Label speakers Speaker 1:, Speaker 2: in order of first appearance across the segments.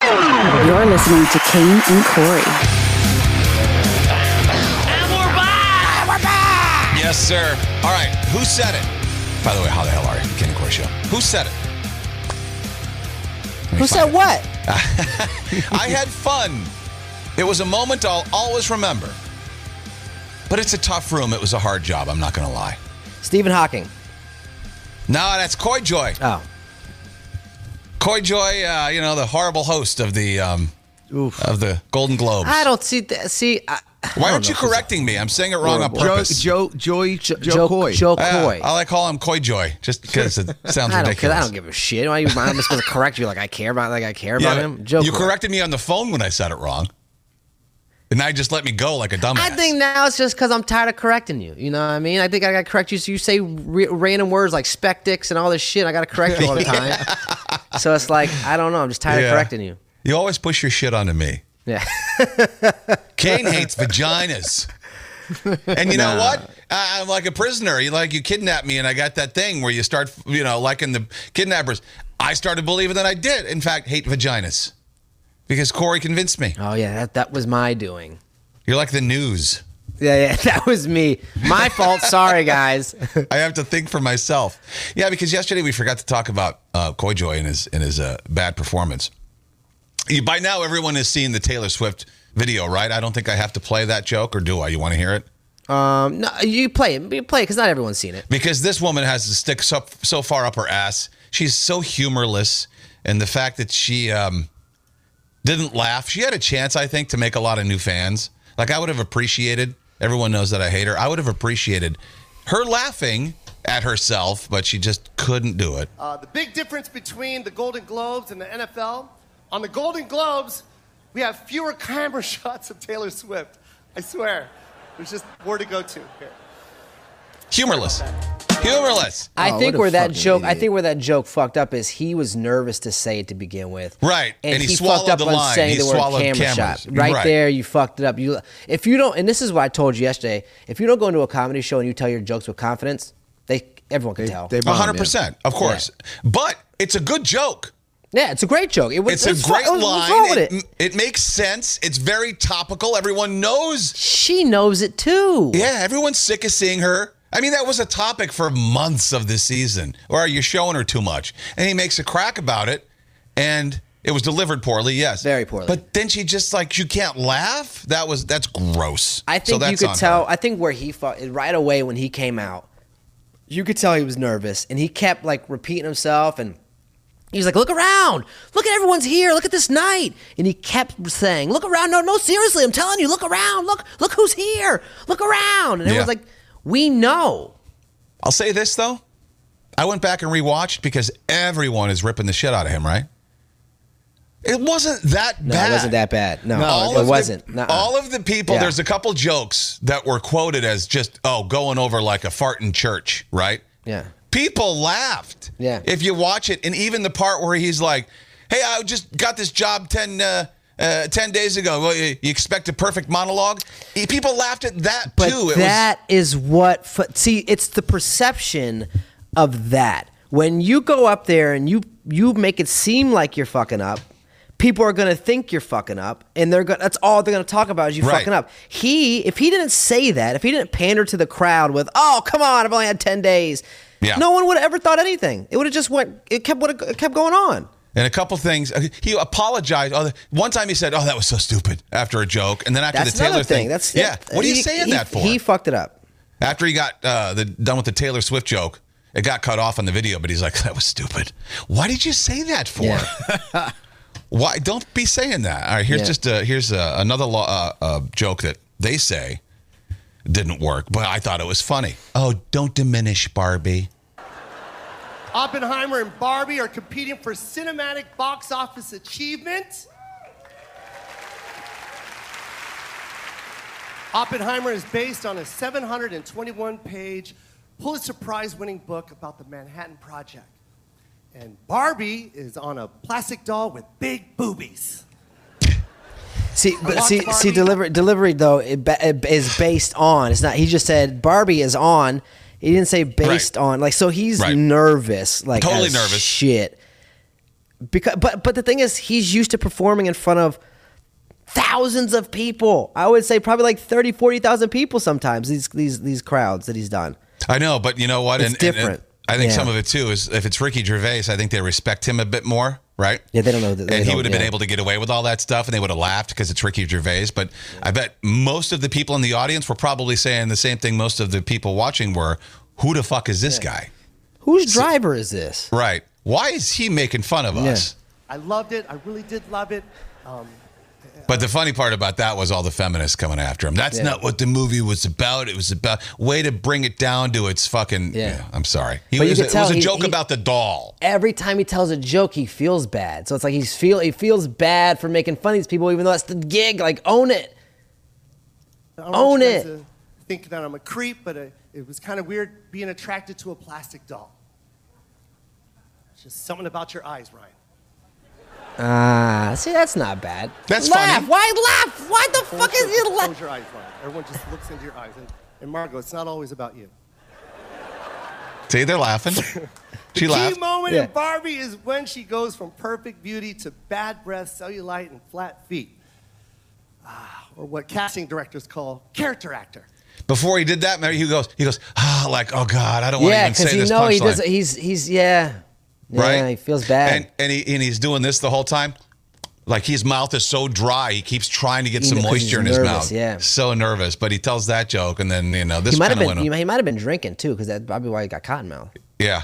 Speaker 1: You're listening to Kane and Corey.
Speaker 2: And we're back! we're back!
Speaker 3: Yes, sir. All right. Who said it? By the way, how the hell are you? Ken and Corey Show. Who said it? Let me
Speaker 2: Who
Speaker 3: find
Speaker 2: said
Speaker 3: it.
Speaker 2: what?
Speaker 3: I had fun. It was a moment I'll always remember. But it's a tough room. It was a hard job. I'm not going to lie.
Speaker 2: Stephen Hawking.
Speaker 3: No, that's Coy Joy.
Speaker 2: Oh.
Speaker 3: Coy Joy, uh, you know, the horrible host of the um, of the Golden Globes.
Speaker 2: I don't see that. See, I,
Speaker 3: Why aren't you correcting me? I'm saying it wrong on purpose.
Speaker 4: Joe, Joey, Joe, Coy.
Speaker 2: Joe
Speaker 3: Yeah,
Speaker 2: Coy.
Speaker 3: I like call him Coy Joy just because it sounds
Speaker 2: I don't, care.
Speaker 3: ridiculous.
Speaker 2: I don't give a shit. Why you, I'm supposed to correct you like I care about like I care about
Speaker 3: Yeah,
Speaker 2: him. Joe
Speaker 3: you
Speaker 2: Coy.
Speaker 3: corrected me on the phone when I said it wrong. And now you just let me go like a dumbass.
Speaker 2: I think now it's just because I'm tired of correcting you. You know what I mean? I think I got to correct you. So you say re- random words like spectics and all this shit. I got to correct you all the time. So it's like I don't know. I'm just tired
Speaker 3: Yeah.
Speaker 2: of correcting you.
Speaker 3: You always push your shit onto me.
Speaker 2: Yeah.
Speaker 3: Kane hates vaginas. And you know what? I, I'm like a prisoner. You like you kidnapped me, and I got that thing where you start, you know, liking the kidnappers. I started believing that I did, in fact, hate vaginas, because Corey convinced me.
Speaker 2: Oh yeah, that, that was my doing.
Speaker 3: You're like the news.
Speaker 2: Yeah, yeah, that was me. My fault. Sorry, guys.
Speaker 3: I have to think for myself. Yeah, because yesterday we forgot to talk about uh, Koi Joy and his and his uh, bad performance. You, by now, everyone has seen the Taylor Swift video, right? I don't think I have to play that joke, or do I? You want to hear it?
Speaker 2: Um, no, you play it. You play it because not everyone's seen it.
Speaker 3: because this woman has to stick so, so far up her ass. She's so humorless, and the fact that she um, didn't laugh, she had a chance, I think, to make a lot of new fans. Like I would have appreciated. Everyone knows that I hate her. I would have appreciated her laughing at herself, but she just couldn't do it.
Speaker 5: Uh, the big difference between the Golden Globes and the NFL on the Golden Globes, we have fewer camera shots of Taylor Swift. I swear. There's just more to go to here.
Speaker 3: Humorless, humorless.
Speaker 2: I
Speaker 4: Oh,
Speaker 2: think
Speaker 4: what a
Speaker 2: where that
Speaker 4: fucking
Speaker 2: joke, I
Speaker 4: idiot.
Speaker 2: think where that joke fucked up is he was nervous to say it to begin with,
Speaker 3: Right,
Speaker 2: And,
Speaker 3: and he
Speaker 2: he,
Speaker 3: swallowed
Speaker 2: fucked up
Speaker 3: the
Speaker 2: on
Speaker 3: line.
Speaker 2: saying
Speaker 3: He
Speaker 2: the word
Speaker 3: swallowed
Speaker 2: camera
Speaker 3: cameras.
Speaker 2: shot. Right,
Speaker 3: Right.
Speaker 2: there, you fucked it up. You, if you don't, and this is what I told you yesterday. If you don't go into a comedy show and you tell your jokes with confidence, they everyone can tell.
Speaker 4: they-
Speaker 3: A hundred percent, of course. But it's a good joke.
Speaker 2: yeah, it's a great joke. It was,
Speaker 3: It's
Speaker 2: it
Speaker 3: a
Speaker 2: was fu-
Speaker 3: great
Speaker 2: it was- Oh, What's wrong
Speaker 3: line.
Speaker 2: with
Speaker 3: It,
Speaker 2: it?
Speaker 3: it makes sense. It's very topical. Everyone knows
Speaker 2: She knows it too.
Speaker 3: Yeah, everyone's sick of seeing her. I mean, that was a topic for months of this season. Or are you showing her too much? And he makes a crack about it, and it was delivered poorly. Yes,
Speaker 2: Very poorly.
Speaker 3: But then she just like you can't laugh. That was that's gross.
Speaker 2: I think you
Speaker 3: So that's
Speaker 2: could
Speaker 3: on
Speaker 2: tell.
Speaker 3: her.
Speaker 2: I think where he fought right away when he came out, you could tell he was nervous, and he kept like repeating himself, and he was like, "Look around! Look at everyone's here! Look at this night!" And he kept saying, "Look around! No, no, seriously, I'm telling you, look around! Look, look who's here! Look around!" And
Speaker 3: Yeah.
Speaker 2: everyone's like, "We know."
Speaker 3: I'll say this though. I went back and rewatched because everyone is ripping the shit out of him, right? It wasn't that
Speaker 2: No,
Speaker 3: bad.
Speaker 2: it wasn't that bad. No,
Speaker 3: All
Speaker 2: it
Speaker 3: of the-
Speaker 2: wasn't. Nuh-uh.
Speaker 3: All of the people,
Speaker 2: Yeah.
Speaker 3: there's a couple jokes that were quoted as just, oh, going over like a fart in church, right?
Speaker 2: Yeah.
Speaker 3: People laughed.
Speaker 2: Yeah.
Speaker 3: If you watch it, and even the part where he's like, hey, I just got this job 10, uh, uh, 10 days ago. Well, you, you expect a perfect monologue? Eh, People laughed at that
Speaker 2: But
Speaker 3: too. It was,
Speaker 2: that is what. fu- See, it's the perception of that. When you go up there and you you make it seem like you're fucking up, people are gonna think you're fucking up, and they're gonna. That's all they're gonna talk about is you
Speaker 3: Right.
Speaker 2: fucking up. He, if he didn't say that, if he didn't pander to the crowd with, "Oh, come on, I've only had ten days,"
Speaker 3: Yeah.
Speaker 2: no one would have ever thought anything. It would have just went. It kept. Would have kept going on.
Speaker 3: And a couple things. uh, He apologized. Oh, One time he said, "Oh, that was so stupid" after a joke, and then after
Speaker 2: That's
Speaker 3: the Taylor
Speaker 2: another thing.
Speaker 3: thing.
Speaker 2: That's
Speaker 3: yeah. What are you
Speaker 2: he-
Speaker 3: saying
Speaker 2: he-
Speaker 3: that for?
Speaker 2: He fucked it up.
Speaker 3: after he got uh, the, done with the Taylor Swift joke, it got cut off on the video. But he's like, "That was stupid. Why did you say that for?" Why? Don't be saying that. All right. Here's
Speaker 2: Yeah.
Speaker 3: just a, here's a, another lo- uh, uh, joke that they say didn't work, but I thought it was funny. Oh, don't diminish Barbie.
Speaker 5: Oppenheimer and Barbie are competing for cinematic box office achievement. Oppenheimer is based on a 721 page Pulitzer Prize winning book about the Manhattan Project. And Barbie is on a plastic doll with big boobies.
Speaker 2: See, but
Speaker 5: want
Speaker 2: see,
Speaker 5: Barbie.
Speaker 2: see, delivery, delivery though it, ba- it is based on. It's not. He just said Barbie is on. He didn't say based
Speaker 3: Right.
Speaker 2: on. Like, so he's
Speaker 3: Right.
Speaker 2: nervous. Like,
Speaker 3: Totally
Speaker 2: as
Speaker 3: nervous.
Speaker 2: Shit. Because, but, but the thing is, he's used to performing in front of thousands of people. I would say probably like 30, 40,000 people sometimes. These, these, these crowds that he's done.
Speaker 3: I know, but you know what?
Speaker 2: It's different.
Speaker 3: I think
Speaker 2: Yeah.
Speaker 3: some of it too is if it's Ricky Gervais, I think they respect him a bit more, right?
Speaker 2: Yeah, they don't know that- they
Speaker 3: and he
Speaker 2: don't-
Speaker 3: would have been
Speaker 2: yeah.
Speaker 3: able to get away with all that stuff, and they would have laughed because it's Ricky Gervais. But I bet most of the people in the audience were probably saying the same thing. Most of the people watching were, "Who the fuck is this guy?"
Speaker 2: Whose driver is this?
Speaker 3: Right? Why is he making fun of us?
Speaker 5: I loved it. I really did love it. Um,
Speaker 3: But the funny part about that was all the feminists coming after him. That's not what the movie was about. It was about way to bring it down to its fucking.
Speaker 2: Yeah.
Speaker 3: I'm sorry. He
Speaker 2: But you
Speaker 3: was,
Speaker 2: could
Speaker 3: it
Speaker 2: tell
Speaker 3: was a
Speaker 2: he-
Speaker 3: joke
Speaker 2: he-
Speaker 3: about the doll.
Speaker 2: Every time he tells a joke, he feels bad. So it's like he's feel he feels bad for making fun of these people, even though that's the gig. Like, own it.
Speaker 5: I don't want
Speaker 2: Own
Speaker 5: you guys
Speaker 2: it.
Speaker 5: to Think that I'm a creep, but uh it was kind of weird being attracted to a plastic doll. It's just something about your eyes, Ryan.
Speaker 2: Ah, see, that's not bad.
Speaker 3: That's
Speaker 2: laugh.
Speaker 3: funny.
Speaker 2: Why laugh? Why the
Speaker 5: Close
Speaker 2: fuck is
Speaker 5: your-
Speaker 2: it laugh?
Speaker 5: Close your eyes, Ryan. Everyone just looks into your eyes. And, and Margot, it's not always about you.
Speaker 3: See, they're laughing. She
Speaker 5: Key
Speaker 3: laughed.
Speaker 5: moment
Speaker 2: Yeah.
Speaker 5: in Barbie is when she goes from perfect beauty to bad breath, cellulite, and flat feet. Ah, or what casting directors call character actor.
Speaker 3: Before he did that, Mary, he goes, he goes, ah, like, oh God, I don't want to
Speaker 2: Yeah,
Speaker 3: even
Speaker 2: because
Speaker 3: say
Speaker 2: you
Speaker 3: this
Speaker 2: know he
Speaker 3: punchline."
Speaker 2: doesn't. He's he's yeah.
Speaker 3: right?
Speaker 2: Yeah, he feels bad.
Speaker 3: And, and he and he's doing this the whole time. Like his mouth is so dry, he keeps trying to get some
Speaker 2: know, 'cause
Speaker 3: moisture in
Speaker 2: he's
Speaker 3: his
Speaker 2: nervous,
Speaker 3: mouth.
Speaker 2: yeah.
Speaker 3: so nervous. But he tells that joke, and then you know this
Speaker 2: he might
Speaker 3: kind
Speaker 2: have
Speaker 3: of
Speaker 2: been
Speaker 3: went.
Speaker 2: he might, he might have been drinking too, because that's probably why he got cotton mouth.
Speaker 3: yeah.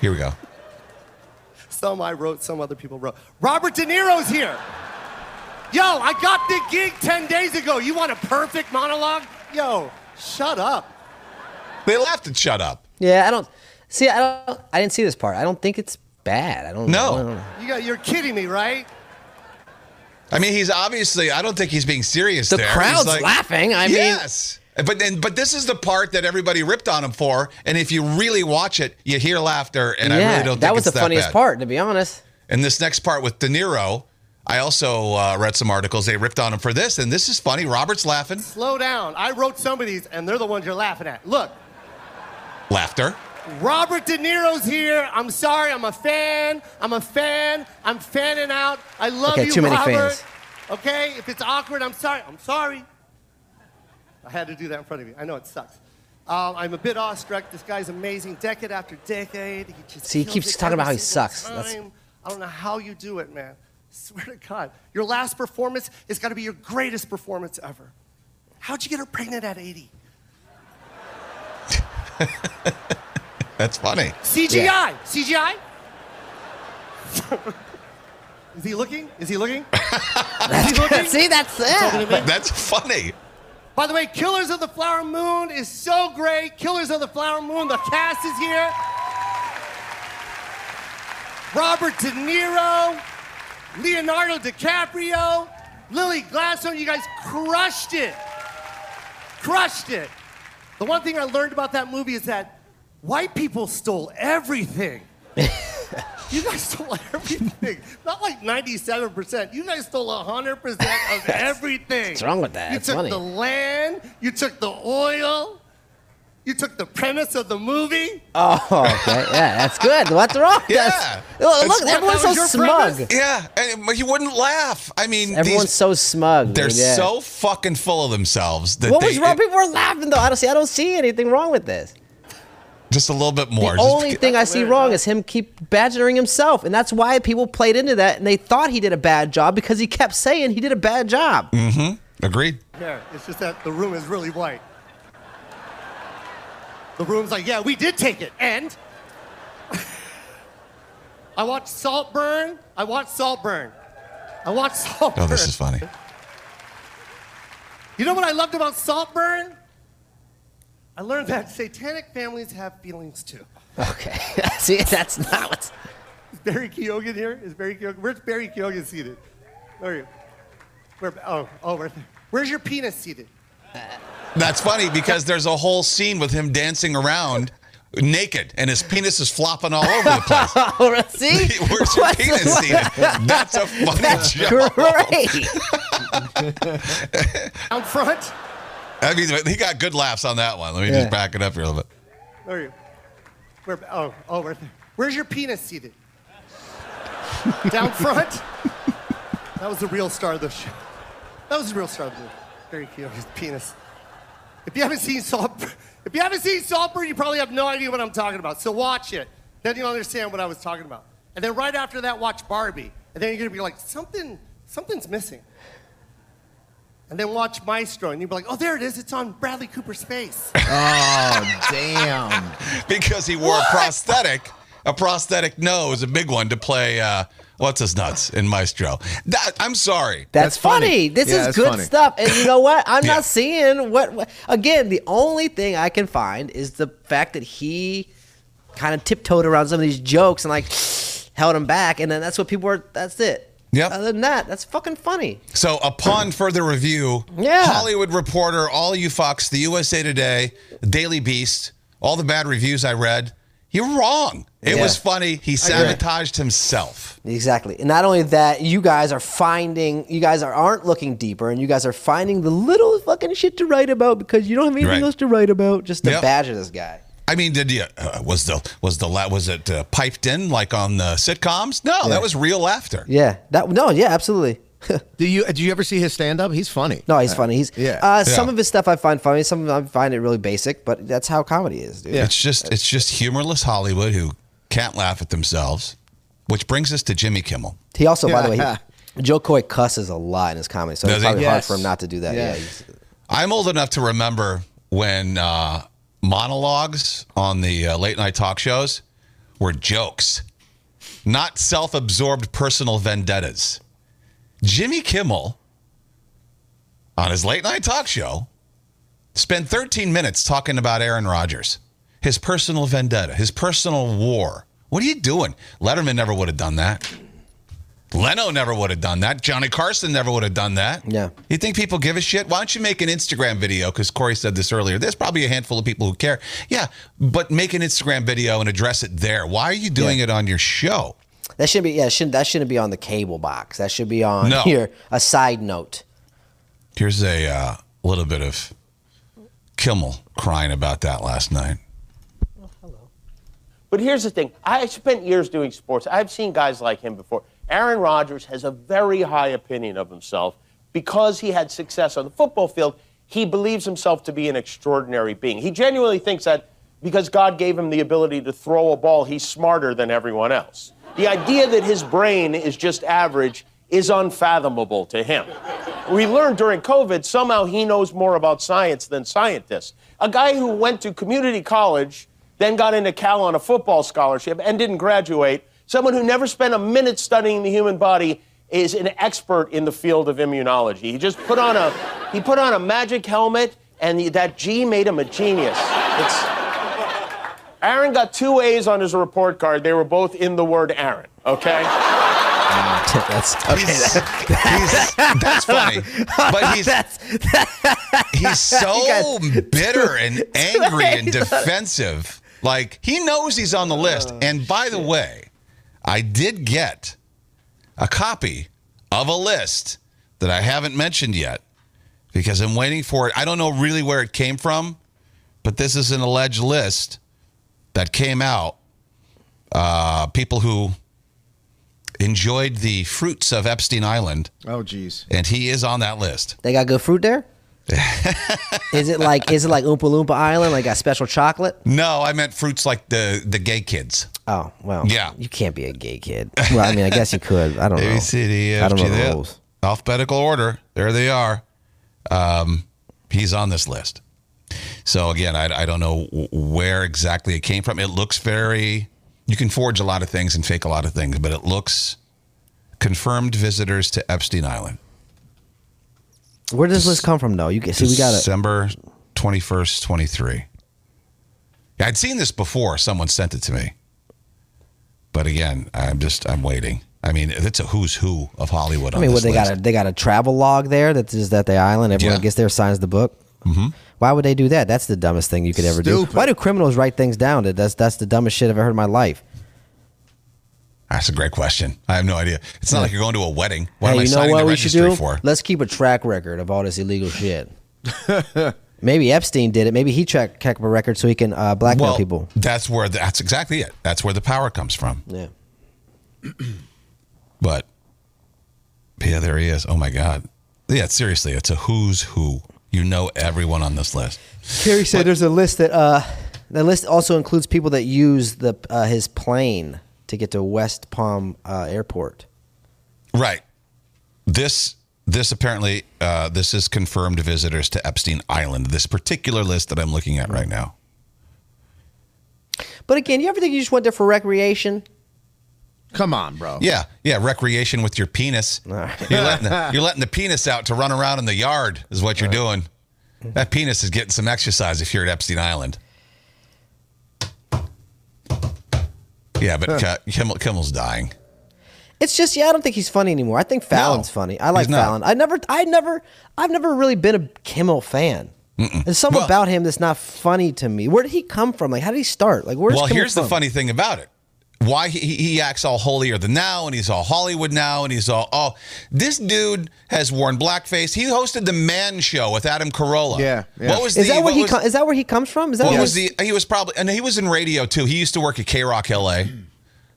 Speaker 3: Here we go.
Speaker 5: Some I wrote, some other people wrote. Robert De Niro's here. Yo, I got the gig 10 days ago. You want a perfect monologue? Yo, shut up.
Speaker 3: They laughed and shut up.
Speaker 2: Yeah, I don't see. I don't. I didn't see this part. I don't think it's bad. I don't.
Speaker 3: No.
Speaker 2: I don't know.
Speaker 5: You got, you're kidding me, right?
Speaker 3: I mean, he's obviously. I don't think he's being serious.
Speaker 2: The
Speaker 3: there. He's
Speaker 2: crowd's
Speaker 3: like-
Speaker 2: laughing. I mean,
Speaker 3: yes. But then, but this is the part that everybody ripped on him for. And if you really watch it, you hear laughter. And I
Speaker 2: yeah,
Speaker 3: really don't.
Speaker 2: that
Speaker 3: think
Speaker 2: was
Speaker 3: it's
Speaker 2: the funniest
Speaker 3: bad.
Speaker 2: part, to be honest.
Speaker 3: And this next part with De Niro, I also uh, read some articles. They ripped on him for this, and this is funny. Robert's laughing,
Speaker 5: Slow down. I wrote some of these, and they're the ones you're laughing at. Look,
Speaker 3: laughter.
Speaker 5: Robert De Niro's here. I'm sorry, I'm a fan. I'm a fan. I'm fanning out. I love
Speaker 2: Okay,
Speaker 5: you,
Speaker 2: too many
Speaker 5: Robert.
Speaker 2: fans.
Speaker 5: Okay, if it's awkward, I'm sorry. I'm sorry. I had to do that in front of you. I know it sucks. Um, I'm a bit awestruck. This guy's amazing, decade after decade. He just
Speaker 2: See, he
Speaker 5: kills
Speaker 2: keeps
Speaker 5: it
Speaker 2: talking about
Speaker 5: every
Speaker 2: how he
Speaker 5: single
Speaker 2: sucks. That's-
Speaker 5: time. I don't know how you do it, man. Swear to God, your last performance has got to be your greatest performance ever. How'd you get her pregnant at 80?
Speaker 3: That's funny.
Speaker 5: CGI. CGI. Is he looking? Is he looking? Is he looking?
Speaker 2: see, that's it.
Speaker 3: That's funny.
Speaker 5: By the way, Killers of the Flower Moon is so great. Killers of the Flower Moon, the cast is here. Robert De Niro, Leonardo DiCaprio, Lily Gladstone, you guys crushed it. Crushed it. The one thing I learned about that movie is that white people stole everything. you guys stole everything. Not like 97%. You guys stole 100% of everything.
Speaker 2: What's wrong with that?
Speaker 5: You
Speaker 2: It's
Speaker 5: took
Speaker 2: funny.
Speaker 5: the land, you took the oil, you took the premise of the movie.
Speaker 2: Oh, okay. Yeah, that's good. What's wrong?
Speaker 3: Yeah.
Speaker 2: That's- look,
Speaker 3: That's-
Speaker 2: look, everyone's
Speaker 5: that
Speaker 2: so
Speaker 5: was your
Speaker 2: smug.
Speaker 5: premise?
Speaker 3: Yeah, and but he wouldn't laugh. I mean,
Speaker 2: Everyone's
Speaker 3: these-
Speaker 2: so smug.
Speaker 3: they're
Speaker 2: dude, yeah.
Speaker 3: so fucking full of themselves. That
Speaker 2: What
Speaker 3: they,
Speaker 2: was wrong?
Speaker 3: it-
Speaker 2: People were laughing though. I don't see. I don't see anything wrong with this.
Speaker 3: Just a little bit more.
Speaker 2: The
Speaker 3: Just
Speaker 2: only
Speaker 3: get-
Speaker 2: thing I see wrong is him keep badgering himself, and that's why people played into that, and they thought he did a bad job because he kept saying he did a bad job.
Speaker 3: Mm. Agreed.
Speaker 5: There, it's just that the room is really white. The room's like, yeah, we did take it. And I watched Saltburn. I watched Saltburn. I watched Saltburn.
Speaker 3: Oh, this is funny.
Speaker 5: You know what I loved about Saltburn? I learned that satanic families have feelings too.
Speaker 2: Okay, see, that's not what's.
Speaker 5: Is Barry Keoghan here? Is Barry Keoghan? Where's Barry Keoghan seated? Where are you? Where, oh, oh, where, where's your penis seated?
Speaker 3: That's funny because there's a whole scene with him dancing around naked and his penis is flopping all over the place.
Speaker 2: Oh, see,
Speaker 3: Where's your
Speaker 2: What's-
Speaker 3: penis seated? That's a funny
Speaker 2: That's
Speaker 3: joke.
Speaker 2: great.
Speaker 5: Out front?
Speaker 3: I mean, he got good laughs on that one. Let me
Speaker 2: Yeah.
Speaker 3: just back it up here a little bit.
Speaker 5: Where are you? Where, oh, oh, where, where's your penis seated? Down front? That was the real star of the show. That was the real star of the Barry Keoghan's penis. If you haven't seen Saltburn, if you haven't seen Saltburn, you probably have no idea what I'm talking about. So watch it. Then you'll understand what I was talking about. And then right after that, watch Barbie. And then you're gonna be like, something, something's missing. And then watch Maestro, and you'll be like, oh, there it is. It's on Bradley Cooper's face.
Speaker 4: Oh, damn.
Speaker 3: Because he wore a prosthetic, a prosthetic nose, a big one to play. Uh, What's his nuts in Maestro? That, I'm sorry.
Speaker 2: That's,
Speaker 4: That's
Speaker 2: funny.
Speaker 4: funny.
Speaker 2: This
Speaker 4: Yeah,
Speaker 2: is
Speaker 4: that's
Speaker 2: good
Speaker 4: funny.
Speaker 2: stuff. And you know what? I'm
Speaker 3: Yeah.
Speaker 2: not seeing what, what. Again, the only thing I can find is the fact that he kind of tiptoed around some of these jokes and like held him back. And then that's what people were. That's it.
Speaker 3: Yep.
Speaker 2: Other than that, that's fucking funny.
Speaker 3: So, upon further review,
Speaker 2: Yeah.
Speaker 3: Hollywood Reporter, All You Fucks, The USA Today, Daily Beast, all the bad reviews I read, you're wrong. It
Speaker 2: Yeah.
Speaker 3: was funny. He sabotaged himself.
Speaker 2: Exactly. And not only that, you guys are finding, you guys are, aren't looking deeper and you guys are finding the little fucking shit to write about because you don't have anything
Speaker 3: Right.
Speaker 2: else to write about. Just to
Speaker 3: Yep.
Speaker 2: badger this guy.
Speaker 3: I mean, did you uh, was the was the la- was it uh, piped in like on the sitcoms? No, that was real laughter.
Speaker 2: Yeah. That No, yeah, absolutely.
Speaker 4: Do you do you ever see his stand up? He's funny.
Speaker 2: No, he's funny. He's
Speaker 4: yeah.
Speaker 2: Uh, Some
Speaker 3: Yeah.
Speaker 2: of his stuff I find funny. Some of I find it really basic, but that's how comedy is, dude.
Speaker 3: It's just it's just humorless Hollywood who can't laugh at themselves, which brings us to Jimmy Kimmel.
Speaker 2: He also, by the way, he, Joe Coy cusses a lot in his comedy, so
Speaker 3: Does
Speaker 2: it's
Speaker 3: he?
Speaker 2: probably hard
Speaker 4: Yes.
Speaker 2: for him not to do that. Yeah.
Speaker 4: Yeah.
Speaker 2: he's-
Speaker 3: I'm old enough to remember when uh, monologues on the uh, late night talk shows were jokes, not self absorbed personal vendettas. Jimmy Kimmel, on his late night talk show, spent 13 minutes talking about Aaron Rodgers, his personal vendetta, his personal war. What are you doing? Letterman never would have done that. Leno never would have done that. Johnny Carson never would have done that.
Speaker 2: Yeah.
Speaker 3: You think people give a shit? Why don't you make an Instagram video? Because Corey said this earlier. There's probably a handful of people who care. Yeah, but make an Instagram video and address it there. Why are you doing it on your show?
Speaker 2: that shouldn't be. Yeah, shouldn't that shouldn't be on the cable box? That should be on
Speaker 3: No.
Speaker 2: here. A side note.
Speaker 3: Here's a uh, little bit of Kimmel crying about that last night.
Speaker 6: But here's the thing I spent years doing sports. I've seen guys like him before. Aaron Rodgers has a very high opinion of himself because he had success on the football field. He believes himself to be an extraordinary being. He genuinely thinks that because God gave him the ability to throw a ball, he's smarter than everyone else. The idea that his brain is just average is unfathomable to him. We learned during COVID somehow he knows more about science than scientists. A guy who went to community college then got into Cal on a football scholarship and didn't graduate. Someone who never spent a minute studying the human body is an expert in the field of immunology. He just put on a he put on a magic helmet and that G made him a genius. It's Aaron got two A's on his report card. They were both in the word Aaron, okay?
Speaker 2: that's
Speaker 3: He's- he's- that's funny, but he's he's so bitter and angry and defensive. Like he knows he's on the
Speaker 4: Oh,
Speaker 3: list. And by the way, I did get a copy of a list that I haven't mentioned yet because I'm waiting for it. I don't know really where it came from, but this is an alleged list that came out. Uh, people who enjoyed the fruits of Epstein Island
Speaker 4: Oh, jeez.
Speaker 3: and he is on that list.
Speaker 2: they got good fruit there. Is it like is it like Oompa Loompa Island? Like got special chocolate?
Speaker 3: No, I meant fruits like the the gay kids.
Speaker 2: Oh well,
Speaker 3: Yeah.
Speaker 2: You can't be a gay kid. Well, I mean, I guess you could. I don't know.
Speaker 3: A, B, C, D, E,
Speaker 2: Oh. I
Speaker 3: F,
Speaker 2: don't
Speaker 3: G,
Speaker 2: know the
Speaker 3: that.
Speaker 2: rules.
Speaker 3: Alphabetical order. There they are. Um, he's on this list. So again, I, I don't know wh- where exactly it came from. It looks very. You can forge a lot of things and fake a lot of things, but it looks confirmed visitors to Epstein Island.
Speaker 2: Where does this list come from, though? You can see we got it.
Speaker 3: December twenty first, twenty three. I'd seen this before. Someone sent it to me, but again, I'm just I'm waiting. I mean, it's a who's who of Hollywood.
Speaker 2: I mean,
Speaker 3: on
Speaker 2: what
Speaker 3: this
Speaker 2: they
Speaker 3: list.
Speaker 2: got a they got a travel log there that's just at the island. Everyone
Speaker 3: Yeah.
Speaker 2: gets there, signs the book. Mm-hmm. Why would they do that? That's the dumbest thing you could ever do.
Speaker 4: Stupid.
Speaker 2: Why do criminals write things down? That that's that's the dumbest shit I've ever heard in my life.
Speaker 3: That's a great question. I have no idea. It's not like you're going to a wedding. What am
Speaker 2: hey,
Speaker 3: I
Speaker 2: you know
Speaker 3: signing
Speaker 2: what
Speaker 3: the
Speaker 2: we should
Speaker 3: registry
Speaker 2: do?
Speaker 3: for?
Speaker 2: Let's keep a track record of all this illegal shit. Maybe Epstein did it. Maybe he tracked kept a record so he can uh, blackmail
Speaker 3: well,
Speaker 2: people.
Speaker 3: that's where that's exactly it. That's where the power comes from.
Speaker 2: Yeah.
Speaker 3: But yeah, there he is. Oh my god. Yeah, seriously, it's a who's who. You know everyone on this list.
Speaker 2: Carrie said there's a list that uh, the list also includes people that use the uh, his plane to get to West Palm uh, Airport.
Speaker 3: Right. This this apparently uh, this is confirmed visitors to Epstein Island. This particular list that I'm looking at right now.
Speaker 2: But again, you ever think you just went there for recreation?
Speaker 4: Come on, bro.
Speaker 3: Yeah, yeah, recreation with your penis. You're, letting the, you're letting the penis out to run around in the yard is what you're doing. That penis is getting some exercise if you're at Epstein Island. Yeah, but Ki- Kimmel, Kimmel's dying.
Speaker 2: It's just yeah, I don't think he's funny anymore. I think Fallon's funny. I like
Speaker 3: he's not.
Speaker 2: Fallon. I never, I never, I've never really been a Kimmel fan. There's something
Speaker 3: Well-
Speaker 2: about him that's not funny to me. Where did he come from? Like, how did he start? Like, where's
Speaker 3: well,
Speaker 2: Kimmel
Speaker 3: here's the
Speaker 2: from?
Speaker 3: funny thing about it. Why he, he- he acts all holier than now, and he's all Hollywood now, and he's all oh, this dude has worn blackface. He hosted the Man Show with Adam Carolla.
Speaker 4: Yeah, yeah.
Speaker 3: What was
Speaker 2: Is
Speaker 3: the,
Speaker 2: that where
Speaker 3: what
Speaker 2: he
Speaker 3: was-
Speaker 2: com- is that where he comes from? Is that
Speaker 3: What
Speaker 2: where
Speaker 3: was the? He was probably, and he was in radio too. He used to work at K Rock LA.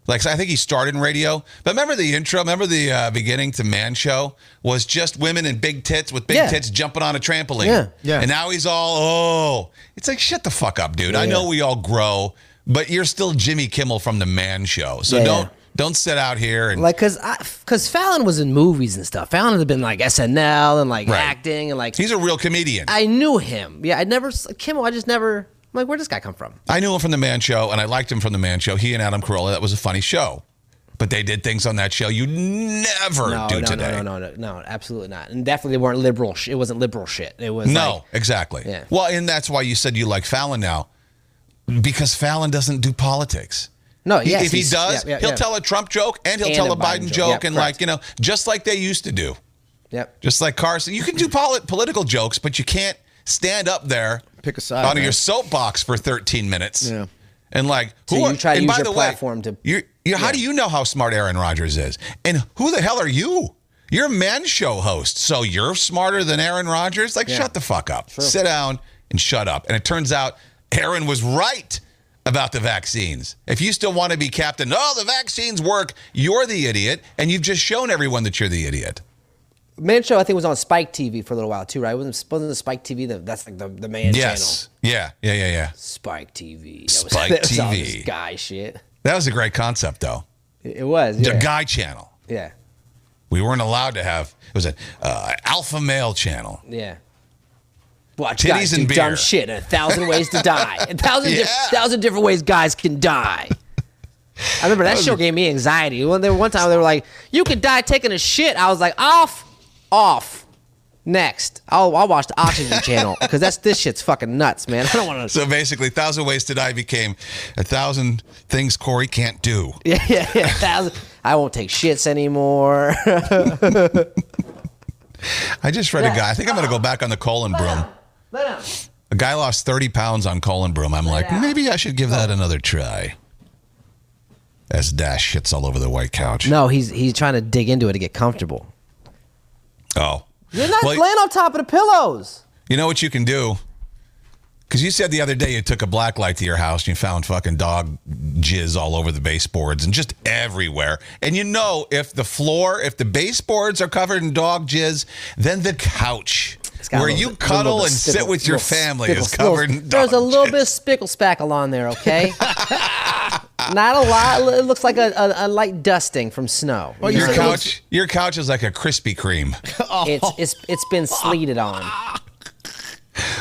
Speaker 3: Like I think he started in radio, but remember the intro. Remember the uh, beginning to Man Show was just women in big tits with big
Speaker 2: Yeah.
Speaker 3: tits jumping on a trampoline.
Speaker 2: Yeah.
Speaker 4: Yeah.
Speaker 3: And now he's all oh, it's like shut the fuck up, dude. I know we all grow, but you're still Jimmy Kimmel from the Man Show. So
Speaker 2: Yeah,
Speaker 3: don't
Speaker 2: yeah.
Speaker 3: don't sit out here and
Speaker 2: Like, cause, I, cause Fallon was in movies and stuff. Fallon had been like SNL and like
Speaker 3: Right.
Speaker 2: acting and like.
Speaker 3: he's a real comedian.
Speaker 2: I knew him. Yeah, I never s- Kimmel. I just never. I'm like, where would this guy come from?
Speaker 3: I knew him from the Man Show, and I liked him from the Man Show. He and Adam Carolla. That was a funny show, but they did things on that show you never
Speaker 2: No,
Speaker 3: do
Speaker 2: no,
Speaker 3: today.
Speaker 2: no, no, no, no, no, absolutely not. And definitely weren't liberal. Sh- it wasn't liberal shit. It was
Speaker 3: No,
Speaker 2: like-
Speaker 3: exactly.
Speaker 2: Yeah.
Speaker 3: Well, and that's why you said you like Fallon now, because Fallon doesn't do politics.
Speaker 2: No,
Speaker 3: He-
Speaker 2: Uh, yes,
Speaker 3: if he
Speaker 2: he's-
Speaker 3: does,
Speaker 2: yeah, yeah,
Speaker 3: he'll
Speaker 2: yeah.
Speaker 3: tell a Trump joke and he'll
Speaker 2: And
Speaker 3: tell
Speaker 2: a
Speaker 3: a
Speaker 2: Biden
Speaker 3: Biden,
Speaker 2: joke.
Speaker 3: joke,
Speaker 2: Yeah,
Speaker 3: and
Speaker 2: correct.
Speaker 3: like you know, just like they used to do,
Speaker 2: yep.
Speaker 3: just like Carson. You can do polit- political jokes, but you can't stand up there,
Speaker 4: Pick a side,
Speaker 3: on
Speaker 4: man.
Speaker 3: your soapbox for 13 minutes,
Speaker 4: Yeah.
Speaker 3: and like
Speaker 2: So
Speaker 3: who
Speaker 2: you
Speaker 3: are-
Speaker 2: try to
Speaker 3: and
Speaker 2: use
Speaker 3: by
Speaker 2: your
Speaker 3: the
Speaker 2: platform
Speaker 3: way,
Speaker 2: to-
Speaker 3: you you how do you know how smart Aaron Rodgers is, and who the hell are you? You're a man show host, so you're smarter than Aaron Rodgers. Like, shut the fuck up. Sit down and shut up. And it turns out Aaron was right about the vaccines. If you still want to be captain, oh, the vaccines work. You're the idiot, and you've just shown everyone that you're the idiot.
Speaker 2: Man Show, I think was on Spike TV for a little while too, right? Wasn't wasn't the Spike TV the, that's like the the man
Speaker 3: Yes.
Speaker 2: channel?
Speaker 3: Yeah. Yeah. Yeah. Yeah.
Speaker 2: Spike TV. That was,
Speaker 3: Spike
Speaker 2: that was all
Speaker 3: TV.
Speaker 2: this guy shit.
Speaker 3: That was a great concept, though.
Speaker 2: It, it was.
Speaker 3: The
Speaker 2: Yeah.
Speaker 3: guy channel.
Speaker 2: yeah.
Speaker 3: We weren't allowed to have. It was an uh, alpha male channel.
Speaker 2: Yeah. Watch
Speaker 3: Titties
Speaker 2: guys do
Speaker 3: and beer.
Speaker 2: dumb shit and a thousand ways to die. A thousand, diff-
Speaker 3: Yeah.
Speaker 2: thousand different ways guys can die. I remember that show gave me anxiety. One, there, one time they were like, "You can die taking a shit." I was like, "Off, off." Next, I'll, I'll watch the Oxygen Channel because that's this shit's fucking nuts, man. I don't want to.
Speaker 3: So basically, thousand ways to die became a thousand things Corey can't do.
Speaker 2: Yeah, yeah, yeah. Thousand. I won't take shits anymore.
Speaker 3: I just read a guy. I think I'm going to go back on the colon
Speaker 2: uh,
Speaker 3: broom. A guy lost 30 pounds on colon broom. I'm like, maybe I should give that another try. As Dash shits all over the white couch.
Speaker 2: no, he's he's trying to dig into it to get comfortable.
Speaker 3: Oh.
Speaker 2: You're not
Speaker 3: Well,
Speaker 2: laying on top of the pillows.
Speaker 3: You know what you can do? Because you said the other day you took a black light to your house and you found fucking dog jizz all over the baseboards and just everywhere. And you know, if the floor, if the baseboards are covered in dog jizz, then the couch
Speaker 2: It's got a
Speaker 3: Where
Speaker 2: little
Speaker 3: you
Speaker 2: bit- a little
Speaker 3: cuddle
Speaker 2: bit
Speaker 3: and
Speaker 2: of
Speaker 3: sit with your
Speaker 2: little
Speaker 3: family is
Speaker 2: spickle- little-
Speaker 3: covered in
Speaker 2: There's a
Speaker 3: dog
Speaker 2: little
Speaker 3: shit.
Speaker 2: bit of spickle spackle on there, okay? Not a lot. It looks like a, a, a light dusting from snow.
Speaker 4: Well,
Speaker 2: You
Speaker 3: Your
Speaker 2: know,
Speaker 4: Yeah.
Speaker 3: couch, your couch is like a Krispy Kreme.
Speaker 2: It's, it's it's been sleeted on,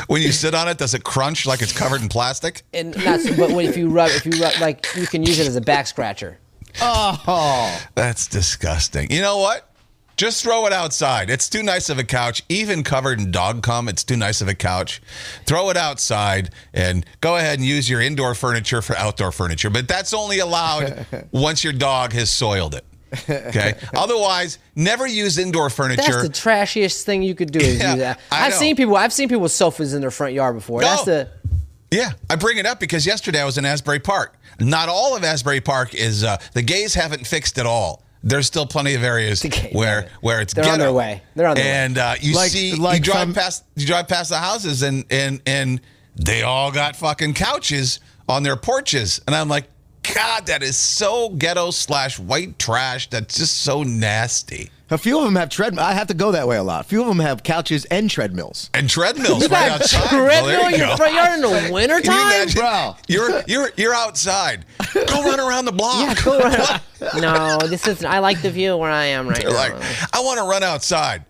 Speaker 3: When you sit on it, does it crunch like it's covered in plastic?
Speaker 2: and not. So, but if you rub, if you rub, like you can use it as a back scratcher.
Speaker 3: That's disgusting. You know what? Just throw it outside. It's too nice of a couch, even covered in dog cum. It's too nice of a couch. Throw it outside and go ahead and use your indoor furniture for outdoor furniture. But that's only allowed once your dog has soiled it. Okay. Otherwise, never use indoor
Speaker 2: That's
Speaker 3: furniture.
Speaker 2: the trashiest thing you could do. Is
Speaker 3: Yeah,
Speaker 2: do that.
Speaker 3: I
Speaker 2: I've
Speaker 3: know.
Speaker 2: seen people. I've seen people with sofas in their front yard before. That's
Speaker 3: Oh.
Speaker 2: the.
Speaker 3: Yeah, I bring it up because yesterday I was in Asbury Park. Not all of Asbury Park is uh, the gays haven't fixed it all. There's still plenty of areas
Speaker 2: gays
Speaker 3: where
Speaker 2: haven't.
Speaker 3: where it's
Speaker 2: They're on
Speaker 3: ghetto.
Speaker 2: their way. They're on their way.
Speaker 3: and, uh, you
Speaker 4: Like-
Speaker 3: see, you
Speaker 4: like
Speaker 3: drive
Speaker 4: some-
Speaker 3: past you drive past the houses and and and they all got fucking couches on their porches, and I'm like, God, that is so ghetto slash white trash. That's just so nasty.
Speaker 4: A few of them have treadmill. I have to go that way a lot. A few of them have couches and treadmills.
Speaker 3: And treadmills
Speaker 2: You
Speaker 3: right
Speaker 2: got
Speaker 3: outside. Well, there
Speaker 2: treadmill
Speaker 3: you
Speaker 2: in your
Speaker 3: go.
Speaker 2: front yard in the
Speaker 3: Can you
Speaker 2: wintertime?
Speaker 3: imagine?
Speaker 4: Bro.
Speaker 3: You're you're you're outside. Go run around the block.
Speaker 2: Yeah, go around. no, this is. I like the view where I am right
Speaker 3: They're
Speaker 2: now.
Speaker 3: like, I want to run outside.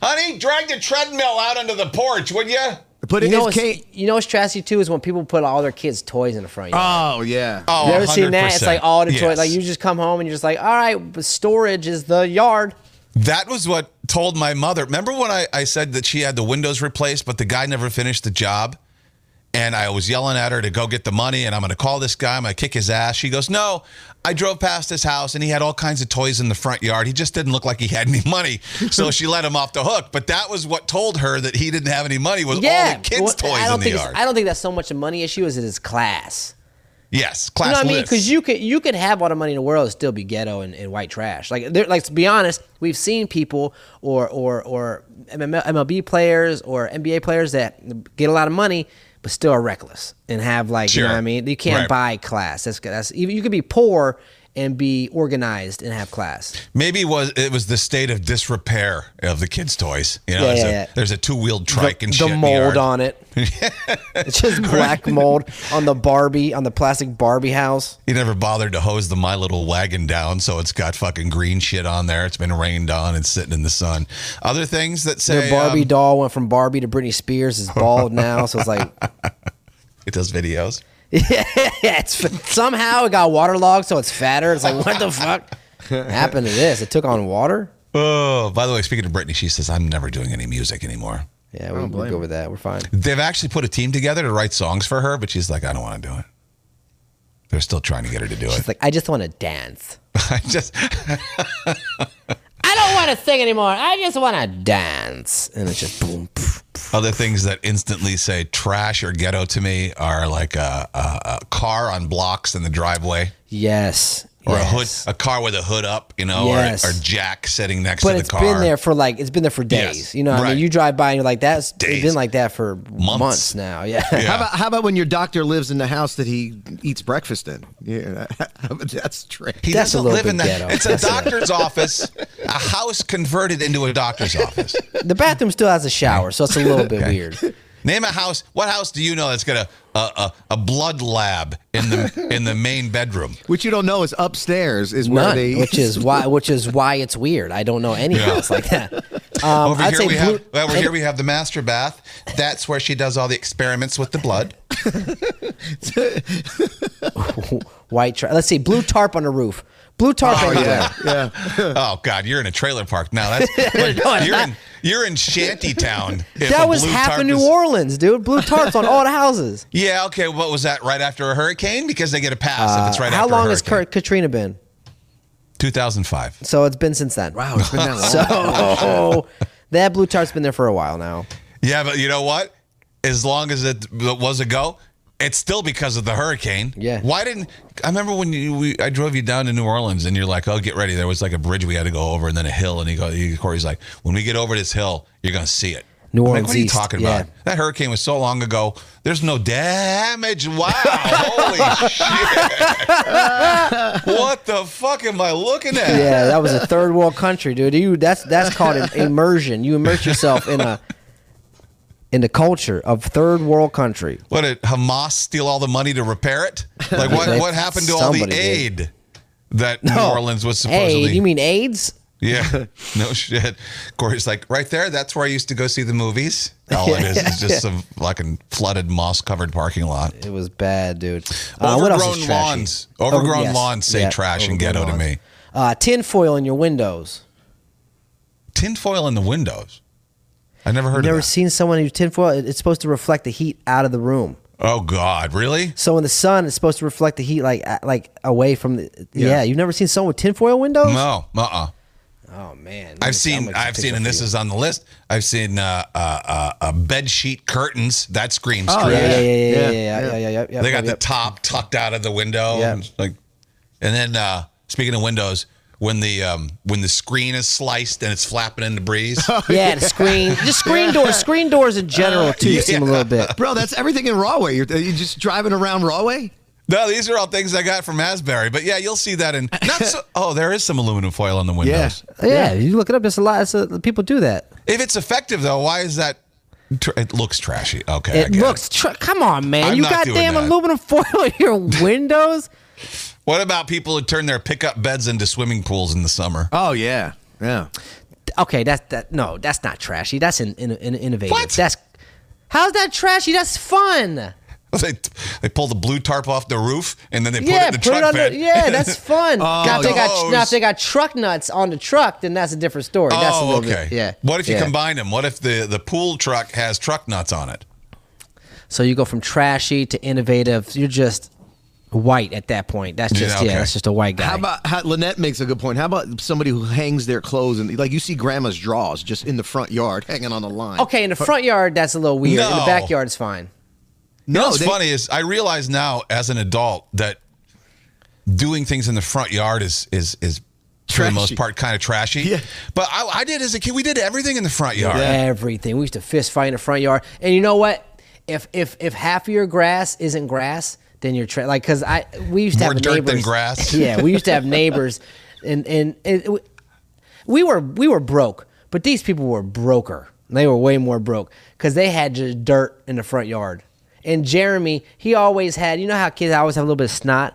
Speaker 3: Honey, drag the treadmill out onto the porch, would you?
Speaker 4: But
Speaker 2: you
Speaker 4: it
Speaker 2: know,
Speaker 4: is
Speaker 2: what's,
Speaker 4: Kate.
Speaker 2: you know what's trashy too is when people put all their kids' toys in the front yard.
Speaker 4: Oh yeah.
Speaker 3: Oh,
Speaker 2: you ever seen that? It's like all the toys.
Speaker 3: Yes.
Speaker 2: Like you just come home and you're just like, all right, but storage is the yard.
Speaker 3: That was what told my mother. Remember when I, I said that she had the windows replaced, but the guy never finished the job? And I was yelling at her to go get the money, and I'm going to call this guy. I'm going to kick his ass. She goes, No, I drove past his house, and he had all kinds of toys in the front yard. He just didn't look like he had any money. So she let him off the hook. But that was what told her that he didn't have any money was all the kids'
Speaker 2: well,
Speaker 3: toys
Speaker 2: I don't
Speaker 3: in the
Speaker 2: think it's-
Speaker 3: yard.
Speaker 2: I don't think that's so much a money issue as it is class.
Speaker 3: yes, class
Speaker 2: You know what I mean?
Speaker 3: lives.
Speaker 2: Because you could you could have all the money in the world and still be ghetto and, and white trash. Like there, like to be honest, we've seen people or or or MML MLB players or NBA players that get a lot of money but still are reckless and have like you know
Speaker 3: Sure.
Speaker 2: what I mean. You can't
Speaker 3: Right.
Speaker 2: buy class. That's that's even you could be poor and be organized and have class.
Speaker 3: Maybe it was it was the state of disrepair of the kids' toys. You know,
Speaker 2: Yeah,
Speaker 3: there's,
Speaker 2: yeah,
Speaker 3: a,
Speaker 2: yeah.
Speaker 3: there's a two-wheeled trike and
Speaker 2: the
Speaker 3: shit in
Speaker 2: mold
Speaker 3: yard.
Speaker 2: on it. it's just black mold on the Barbie on the plastic Barbie house.
Speaker 3: He never bothered to hose the My Little Wagon down, so it's got fucking green shit on there. It's been rained on and sitting in the sun. Other things that say
Speaker 2: Their Barbie
Speaker 3: um,
Speaker 2: doll went from Barbie to Britney Spears is bald now, so it's like
Speaker 3: it does videos.
Speaker 2: yeah, it's somehow it got waterlogged, so it's fatter. It's like what the fuck happened to this? It took on water.
Speaker 3: Oh, by the way, speaking of Britney, she says I'm never doing any music anymore.
Speaker 2: Yeah, we, we're good with that. We're fine.
Speaker 3: They've actually put a team together to write songs for her, but she's like, I don't want to do it. They're still trying to get her to do
Speaker 2: It's
Speaker 3: it.
Speaker 2: like I just want to dance.
Speaker 3: I just
Speaker 2: I don't want to sing anymore. I just want to dance, and it's just boom. pff, pff.
Speaker 3: Other things that instantly say trash or ghetto to me are like a, a, a car on blocks in the driveway
Speaker 2: Yes.
Speaker 3: or
Speaker 2: yes.
Speaker 3: a hood, a car with a hood up, you know,
Speaker 2: Yes.
Speaker 3: or, or jack sitting next
Speaker 2: But
Speaker 3: to the
Speaker 2: it's
Speaker 3: car.
Speaker 2: been there for like it's been there for days.
Speaker 3: Yes,
Speaker 2: You know, what I
Speaker 3: right.
Speaker 2: mean, you drive by and you're like, that's
Speaker 3: Days.
Speaker 2: it's been like that for months,
Speaker 3: Months.
Speaker 2: now. Yeah.
Speaker 3: Yeah.
Speaker 4: How about how about when your doctor lives in the house that he eats breakfast in? Yeah, that's true.
Speaker 3: he
Speaker 2: That's a
Speaker 3: doesn't
Speaker 2: little
Speaker 3: live in
Speaker 2: bit
Speaker 3: that.
Speaker 2: ghetto.
Speaker 3: It's a doctor's office, a house converted into a doctor's office.
Speaker 2: The bathroom still has a shower, so it's a little bit weird.
Speaker 3: Name a house. What house do you know that's got a a, a, a blood lab in the in the main bedroom?
Speaker 4: Which you don't know is upstairs is where
Speaker 2: None,
Speaker 4: they
Speaker 2: which is why which is why it's weird. I don't know any
Speaker 3: Yeah.
Speaker 2: house like that. Um,
Speaker 3: Over
Speaker 2: I'd
Speaker 3: here
Speaker 2: say
Speaker 3: we
Speaker 2: blue-
Speaker 3: have over here we have the master bath. That's where she does all the experiments with the blood.
Speaker 2: white. Tra- let's see, blue tarp on the roof. Blue tarp
Speaker 4: Oh,
Speaker 2: everywhere.
Speaker 4: yeah, yeah.
Speaker 3: Oh God, you're in a trailer park now. That's
Speaker 2: No, I'm
Speaker 3: you're
Speaker 2: not.
Speaker 3: in you're in Shantytown. if a
Speaker 2: That was
Speaker 3: blue
Speaker 2: half
Speaker 3: tarp
Speaker 2: of New
Speaker 3: is-
Speaker 2: Orleans, dude. Blue tarps on all the houses.
Speaker 3: Yeah, okay. What was that? Right after a hurricane? Because they get a pass if it's right
Speaker 2: Uh, How
Speaker 3: after.
Speaker 2: long
Speaker 3: a
Speaker 2: has Kurt Katrina been?
Speaker 3: 2005.
Speaker 2: So it's been since then.
Speaker 4: Wow, it's been that long.
Speaker 2: So that blue tarp's been there for a while now.
Speaker 3: Yeah, but you know what? As long as it was ago, it's still because of the hurricane.
Speaker 2: Yeah.
Speaker 3: Why didn't I remember when you, we, I drove you down to New Orleans and you're like, "Oh, get ready." There was like a bridge we had to go over, and then a hill, and he go, he- Corey's like, "When we get over this hill, you're gonna see it."
Speaker 2: New
Speaker 3: I'm
Speaker 2: Orleans
Speaker 3: Like, what are you
Speaker 2: East,
Speaker 3: talking
Speaker 2: yeah.
Speaker 3: about? That hurricane was so long ago. There's no damage. Wow. Holy shit. what the fuck am I looking at?
Speaker 2: Yeah, that was a third world country, dude. You that's that's called an immersion. You immerse yourself in a in the culture of third world country.
Speaker 3: What did Hamas steal all the money to repair it? Like what?
Speaker 2: They-
Speaker 3: what happened to all the
Speaker 2: somebody
Speaker 3: aid
Speaker 2: did.
Speaker 3: that New Orleans was supposedly?
Speaker 2: Aid? Oh, You mean AIDS?
Speaker 3: yeah, no shit. Corey's like right there. That's where I used to go see the movies. All it is is just some fucking flooded moss-covered parking lot.
Speaker 2: It was bad, dude. Uh, what else is
Speaker 3: Overgrown
Speaker 2: trashy?
Speaker 3: lawns. Overgrown
Speaker 2: Oh, yes.
Speaker 3: lawns say
Speaker 2: Yeah,
Speaker 3: trash and
Speaker 2: overgrown
Speaker 3: ghetto to
Speaker 2: lawns.
Speaker 3: me.
Speaker 2: Uh, tinfoil in your windows.
Speaker 3: Tinfoil in the windows. I never heard
Speaker 2: Never
Speaker 3: of that.
Speaker 2: seen someone who tinfoil. it- It's supposed to reflect the heat out of the room.
Speaker 3: oh God, really?
Speaker 2: So in the sun, it's supposed to reflect the heat like a- like away from the. Yeah, you've never seen someone with tinfoil windows.
Speaker 3: No, uh, uh
Speaker 2: Oh man,
Speaker 3: I've seen, I've seen, and this is on the list. I've seen uh, uh, uh, uh, bed sheet curtains. That screams trash.
Speaker 2: yeah, yeah, yeah, yeah, yeah, yeah,
Speaker 4: Yeah,
Speaker 2: yeah, yeah, yeah, yeah.
Speaker 3: they got
Speaker 2: yeah.
Speaker 3: the top tucked out of the window.
Speaker 2: Yeah.
Speaker 3: and, Like, and then uh, speaking of windows, when the um, when the screen is sliced and it's flapping in the breeze,
Speaker 2: Yeah, the screen, just screen doors, screen doors in general too seem a little bit.
Speaker 4: Bro, that's everything in Rahway. You're, you're just driving around Rahway?
Speaker 3: No, these are all things I got from Asbury. But yeah, you'll see that in not so. Oh, there is some aluminum foil on the windows.
Speaker 2: Yeah, you look it up. There's a lot. It's a, people do that.
Speaker 3: If it's effective though, why is that? Tr- it looks trashy. Okay, I
Speaker 2: It
Speaker 3: get
Speaker 2: looks. Tr- come on, man!
Speaker 3: I'm
Speaker 2: you
Speaker 3: not
Speaker 2: got
Speaker 3: doing
Speaker 2: damn
Speaker 3: that.
Speaker 2: aluminum foil in your windows.
Speaker 3: What about people who turn their pickup beds into swimming pools in the summer?
Speaker 2: Uh,
Speaker 4: Oh, yeah. Yeah.
Speaker 2: okay, that's that. No, that's not trashy. That's in, in, in, innovative.
Speaker 3: What?
Speaker 2: That's how's that trashy? That's fun.
Speaker 3: They, they pull the blue tarp off the roof and then they put it
Speaker 2: yeah,
Speaker 3: in the truck
Speaker 2: on
Speaker 3: bed. Oh,
Speaker 2: the. Yeah, that's fun. now, if they got,
Speaker 3: those.
Speaker 2: now if they got truck nuts on the truck, then that's a different story. that's a
Speaker 3: oh,
Speaker 2: little
Speaker 3: okay.
Speaker 2: Bit, yeah.
Speaker 3: What if you
Speaker 2: yeah.
Speaker 3: combine them? What if the the pool truck has truck nuts on it?
Speaker 2: So you go from trashy to innovative. You're just white at that point. That's
Speaker 3: Yeah,
Speaker 2: just yeah.
Speaker 3: okay.
Speaker 2: that's just a white guy.
Speaker 4: How about how, Lynette makes a good point? How about somebody who hangs their clothes and like you see grandma's drawers just in the front yard hanging on the line?
Speaker 2: okay, in the front yard, that's a little weird. In the
Speaker 3: No.
Speaker 2: backyard, it's fine.
Speaker 3: No, what's
Speaker 4: they-
Speaker 3: funny is I realize now as an adult that doing things in the front yard is is is for the most
Speaker 4: Trashy.
Speaker 3: part kind of trashy.
Speaker 4: Yeah.
Speaker 3: But I, I did as a kid. We did everything in the front yard.
Speaker 2: Everything. We used to fist fight in the front yard. And you know what? If if if half of your grass isn't grass, then you're tra- like because I we used to
Speaker 3: More
Speaker 2: have
Speaker 3: dirt than
Speaker 2: neighbors.
Speaker 3: grass.
Speaker 2: yeah, we used to have neighbors, and and it, we were we were broke, but these people were broker. They were way more broke because they had just dirt in the front yard. And Jeremy, he always had. You know how kids always have a little bit of snot.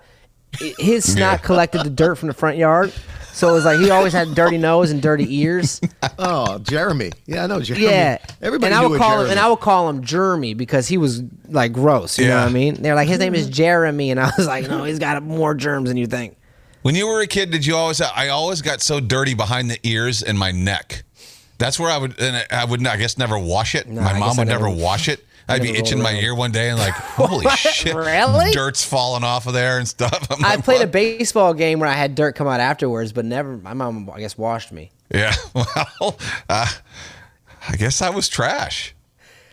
Speaker 2: I- His snot collected the dirt from the front yard, so it was like he always had a dirty nose and dirty ears.
Speaker 4: Oh, Jeremy. Yeah, I know Jeremy.
Speaker 2: Yeah,
Speaker 4: Everybody
Speaker 2: And I
Speaker 4: knew
Speaker 2: would
Speaker 4: a
Speaker 2: call him,
Speaker 4: Jeremy.
Speaker 2: and I would call him Jeremy because he was like gross. You know
Speaker 3: Yeah.
Speaker 2: what I mean? They're like his name is Jeremy, and I was like, no, he's got more germs than you think.
Speaker 3: When you were a kid, did you always? I always got so dirty behind the ears and my neck. That's where I would, and I would, I guess, never wash it.
Speaker 2: I
Speaker 3: my mom
Speaker 2: guess I
Speaker 3: would never
Speaker 2: never-
Speaker 3: wash it. I'd be
Speaker 2: never rolled
Speaker 3: itching my
Speaker 2: around.
Speaker 3: ear one day and like, holy shit,
Speaker 2: Really?
Speaker 3: dirt's falling off of there and stuff. I'm
Speaker 2: I
Speaker 3: like,
Speaker 2: played a
Speaker 3: what?
Speaker 2: baseball game where I had dirt come out afterwards, but never. My mom, I guess, washed me.
Speaker 3: Yeah. Well, uh, I guess I was trash.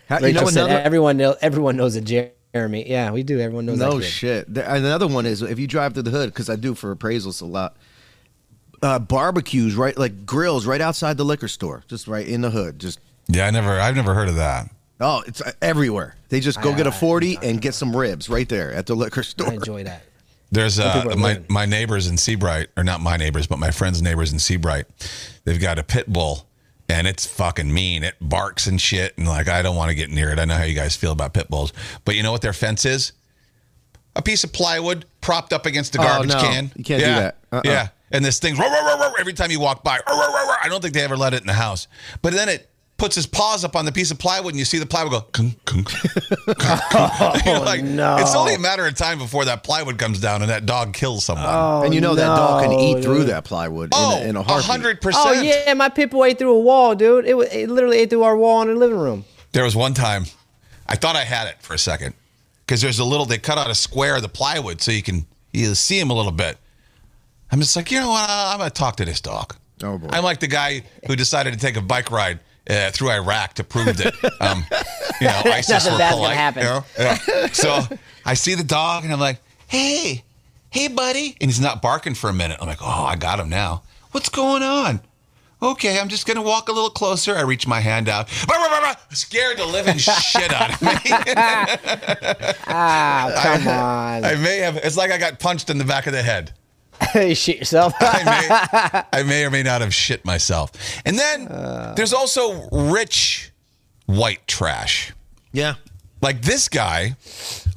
Speaker 4: How- you
Speaker 2: Rachel
Speaker 4: know
Speaker 2: said
Speaker 4: another
Speaker 2: everyone knows. Everyone knows a Jeremy. Yeah, we do. Everyone knows.
Speaker 4: No
Speaker 2: that kid.
Speaker 4: shit. The- Another one is if you drive through the hood because I do for appraisals a lot. Uh, barbecues, right? Like grills, right outside the liquor store, just right in the hood. Just
Speaker 3: Yeah, I never, I've never heard of that.
Speaker 4: oh, it's uh, everywhere. They just go get a forty and get some ribs right there at the liquor store.
Speaker 2: I enjoy that.
Speaker 3: There's
Speaker 2: people
Speaker 3: uh,
Speaker 2: are
Speaker 3: my
Speaker 2: living.
Speaker 3: my neighbors in Seabright, or not my neighbors, but my friends' neighbors in Seabright. They've got a pit bull, and it's fucking mean. It barks and shit, and like I don't want to get near it. I know how you guys feel about pit bulls, but you know what their fence is? A piece of plywood propped up against the
Speaker 4: Oh,
Speaker 3: garbage
Speaker 4: no.
Speaker 3: can.
Speaker 4: You can't do
Speaker 3: yeah.
Speaker 4: that. Uh-uh.
Speaker 3: Yeah, and this thing's roar, roar, roar, roar, every time you walk by. Roar, roar, roar, roar. I don't think they ever let it in the house, but then it. Puts his paws up on the piece of plywood, and you see the plywood go. Kunk, kunk, kunk, kunk.
Speaker 4: Oh,
Speaker 3: You're like,
Speaker 2: no.
Speaker 3: It's only a matter of time before that plywood comes down and that dog kills someone.
Speaker 4: and you know that dog can eat through that plywood
Speaker 3: Oh,
Speaker 4: Oh, in a, in a heartbeat.
Speaker 3: hundred percent.
Speaker 2: Oh yeah, my pipple ate through a wall, dude. It, wa- it literally ate through our wall in the living room.
Speaker 3: There was one time, I thought I had it for a second, because there's a little. They cut out a square of the plywood so you can you see him a little bit. I'm just like, you know what? I'm gonna talk to this dog.
Speaker 4: Oh, boy.
Speaker 3: I'm like the guy who decided to take a bike ride. Uh, through Iraq to prove that um, you know ISIS
Speaker 2: Nothing
Speaker 3: were
Speaker 2: bad's gonna
Speaker 3: polite.
Speaker 2: happen.
Speaker 3: you know? Yeah. So I see the dog and I'm like, "Hey, hey, buddy!" And he's not barking for a minute. I'm like, "Oh, I got him now. What's going on?" Okay, I'm just gonna walk a little closer. I reach my hand out. Bah, bah, bah, bah. scared the living shit out of me.
Speaker 2: Ah, come on.
Speaker 3: I may have. It's like I got punched in the back of the head.
Speaker 2: you shit yourself.
Speaker 3: I may, I may or may not have shit myself. And then there's also rich white trash.
Speaker 4: Yeah.
Speaker 3: Like this guy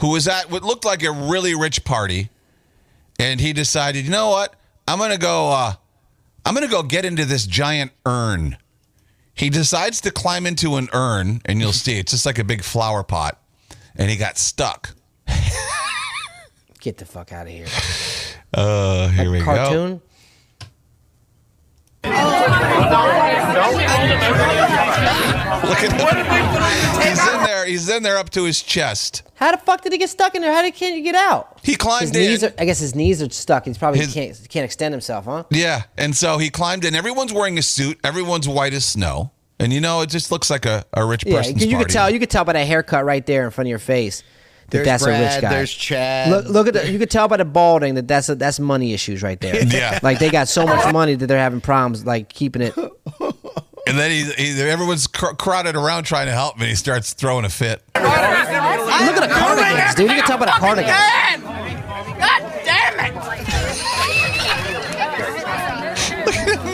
Speaker 3: who was at what looked like a really rich party and he decided, you know what? I'm going to go uh I'm going to go get into this giant urn. He decides to climb into an urn and you'll see it's just like a big flower pot and he got stuck.
Speaker 2: Get the fuck out of here.
Speaker 3: Uh here we go.
Speaker 2: Cartoon.
Speaker 3: Look at that. He's in there. He's in there up to his chest.
Speaker 2: How the fuck did he get stuck in there? How did can you get out?
Speaker 3: He climbed
Speaker 2: His
Speaker 3: in.
Speaker 2: knees are, I guess his knees are stuck. He's probably
Speaker 3: His-
Speaker 2: can't can't extend himself, huh?
Speaker 3: Yeah. And so he climbed in. Everyone's wearing a suit. Everyone's white as snow. And you know, it just looks like a, a rich
Speaker 2: Yeah,
Speaker 3: person's
Speaker 2: you
Speaker 3: party.
Speaker 2: could tell. You could tell by that haircut right there in front of your face that
Speaker 4: There's
Speaker 2: that's a rich
Speaker 4: Brad,
Speaker 2: guy.
Speaker 4: there's Chad.
Speaker 2: Look, look at the, you could tell by the balding that that's a, that's money issues right there.
Speaker 3: Yeah.
Speaker 2: like they got so much money that they're having problems like keeping it.
Speaker 3: and then he, he, everyone's cr- crowded around trying to help him, and he starts throwing a fit.
Speaker 2: Look at the cardigans, dude. You can tell about the cardigans.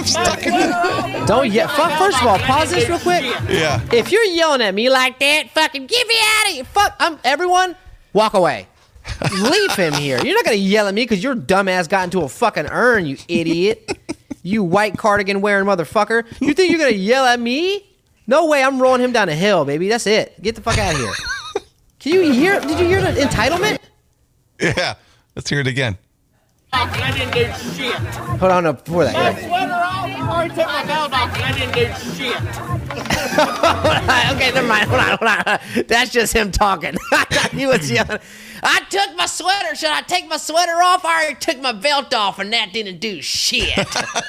Speaker 3: Stuck in the-
Speaker 2: Don't yell. Fuck. First of all, pause this real quick.
Speaker 3: yeah.
Speaker 2: If you're yelling at me like that, fucking get me out of here. Fuck. I'm everyone. Walk away. Leave him here. You're not gonna yell at me because your dumbass got into a fucking urn. You idiot. You white cardigan wearing motherfucker. You think you're gonna yell at me? No way. I'm rolling him down a hill, baby. That's it. Get the fuck out of here. Can you hear? Did you hear the entitlement?
Speaker 3: Yeah. Let's hear it again.
Speaker 7: I didn't do shit.
Speaker 2: Hold on, no, before that. yeah.
Speaker 7: I already took my belt off. I didn't do shit.
Speaker 2: okay, never mind. Hold on, hold on. That's just him talking. I thought he was yelling. I took my sweater. Should I take my sweater off? I already took my belt off, and that didn't do shit.
Speaker 8: You got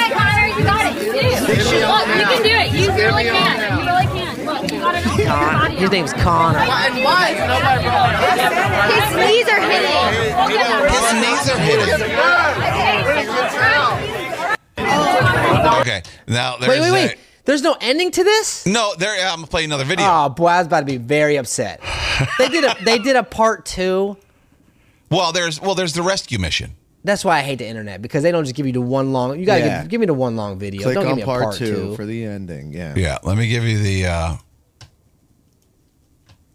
Speaker 8: it, Connor. You got it. You did it. Look, you can do it. You really can. You really can. Look, you got it. All your body.
Speaker 2: His name's Connor.
Speaker 8: and why is nobody His knees are hitting.
Speaker 3: Knees are hitting. Okay. Now there's
Speaker 2: Wait, wait,
Speaker 3: a-
Speaker 2: wait. There's no ending to this.
Speaker 3: no, there. I'm gonna play another video.
Speaker 2: Oh boy, I was about to be very upset. They did a they did a part two.
Speaker 3: well, there's well, there's the rescue mission.
Speaker 2: That's why I hate the internet because they don't just give you the one long. You gotta
Speaker 4: Yeah.
Speaker 2: give, give me the one long video.
Speaker 4: Click
Speaker 2: don't give
Speaker 4: on
Speaker 2: me a
Speaker 4: part, two,
Speaker 2: two.
Speaker 4: for the ending. Yeah.
Speaker 3: Yeah. Let me give you the uh,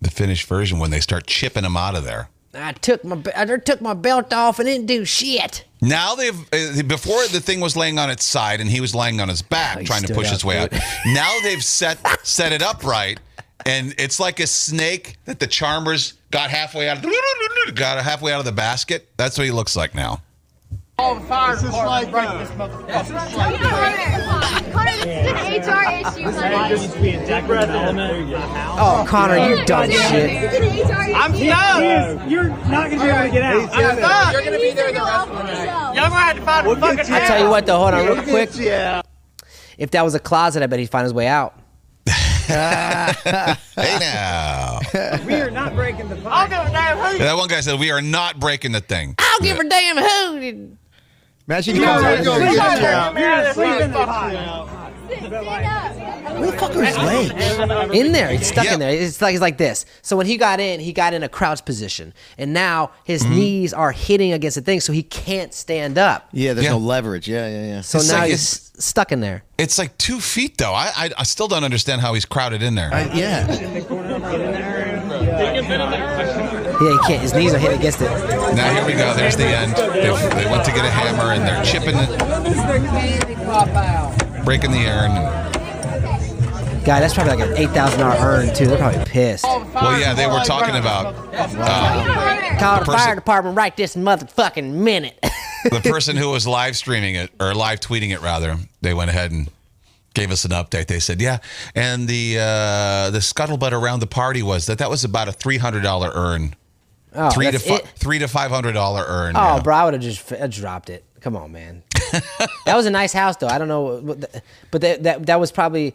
Speaker 3: the finished version when they start chipping him out of there.
Speaker 2: I took my be- I took my belt off and didn't do shit.
Speaker 3: Now they've uh, before the thing was laying on its side and he was laying on his back
Speaker 2: he
Speaker 3: trying to
Speaker 2: stood
Speaker 3: push
Speaker 2: up
Speaker 3: his way out.
Speaker 2: to
Speaker 3: now they've set set it up right, and it's like a snake that the charmers got halfway out of got halfway out of the basket. That's what he looks like now.
Speaker 7: This is like, uh,
Speaker 8: Connor, this is an HR issue. honey.
Speaker 2: Oh, Connor, you dumb shit.
Speaker 8: Seriously, this is an HR issue.
Speaker 7: I'm no. You're not gonna be able to get out. I'm not. You're
Speaker 8: gonna be there the rest of the night.
Speaker 7: gonna have to find a fucking
Speaker 2: I tell you what, though, hold on real quick.
Speaker 4: Yeah.
Speaker 2: If that was a closet, I bet he'd find his way out.
Speaker 3: Hey now,
Speaker 7: We are not breaking the. I'll do it now.
Speaker 3: And that one guy said we are not breaking the thing.
Speaker 2: I don't give a damn who.
Speaker 4: Imagine you guys
Speaker 5: go.
Speaker 4: are-
Speaker 5: Yeah.
Speaker 7: You're sleeping in the pot.
Speaker 8: Stand up.
Speaker 2: In there, he's stuck
Speaker 3: Yeah.
Speaker 2: in there. It's like it's like this. So when he got in, he got in a crouch position, and now his
Speaker 3: Mm-hmm.
Speaker 2: knees are hitting against the thing, so he can't stand up.
Speaker 4: Yeah, there's
Speaker 3: Yeah.
Speaker 4: no leverage. Yeah, yeah, yeah.
Speaker 2: So
Speaker 3: It's
Speaker 2: now
Speaker 3: like
Speaker 2: he's stuck in there.
Speaker 3: It's like two feet though. I I, I still don't understand how he's crowded in there.
Speaker 4: I- yeah.
Speaker 2: Yeah, he can't. His knees are hitting against it.
Speaker 3: now here we go. There's the end. They, they went to get a hammer and they're chipping it, breaking the urn.
Speaker 2: Guy, that's probably like an eight thousand dollar earn too. They're probably pissed.
Speaker 3: Well, yeah, they were talking about. uh,
Speaker 2: Call the,
Speaker 3: person-
Speaker 2: fire department right this motherfucking minute.
Speaker 3: the person who was live streaming it or live tweeting it rather they went ahead and gave us an update they said yeah and the uh the scuttlebutt around the party was that that was about a $300 earn
Speaker 2: Oh,
Speaker 3: three to
Speaker 2: that's
Speaker 3: fi-
Speaker 2: it?
Speaker 3: three to five hundred dollar earn
Speaker 2: Oh,
Speaker 3: yeah.
Speaker 2: bro, I would have just I dropped it. Come on, man. that was a nice house, though. I don't know, what the- but that that, that was probably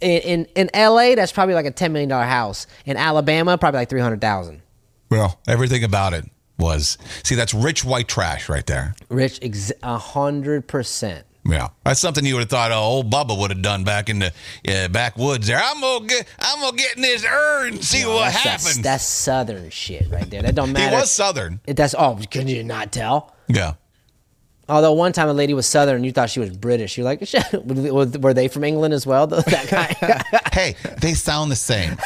Speaker 2: in, in in L.A. That's probably like a ten million dollar house. In Alabama, probably like three hundred thousand.
Speaker 3: well everything about it was see that's rich white trash right there
Speaker 2: Rich, ex- a hundred percent.
Speaker 3: yeah that's something you would have thought oh, old bubba would have done back in the uh, backwoods there i'm gonna get i'm gonna get in this urn and see what
Speaker 2: That's,
Speaker 3: happens
Speaker 2: that's southern shit right there. That don't
Speaker 3: he
Speaker 2: matter.
Speaker 3: was southern
Speaker 2: It- that's oh, can you not tell?
Speaker 3: yeah
Speaker 2: Although one time a lady was Southern, and you thought she was British. You're like, were they from England as well? That guy.
Speaker 3: hey, they sound the same.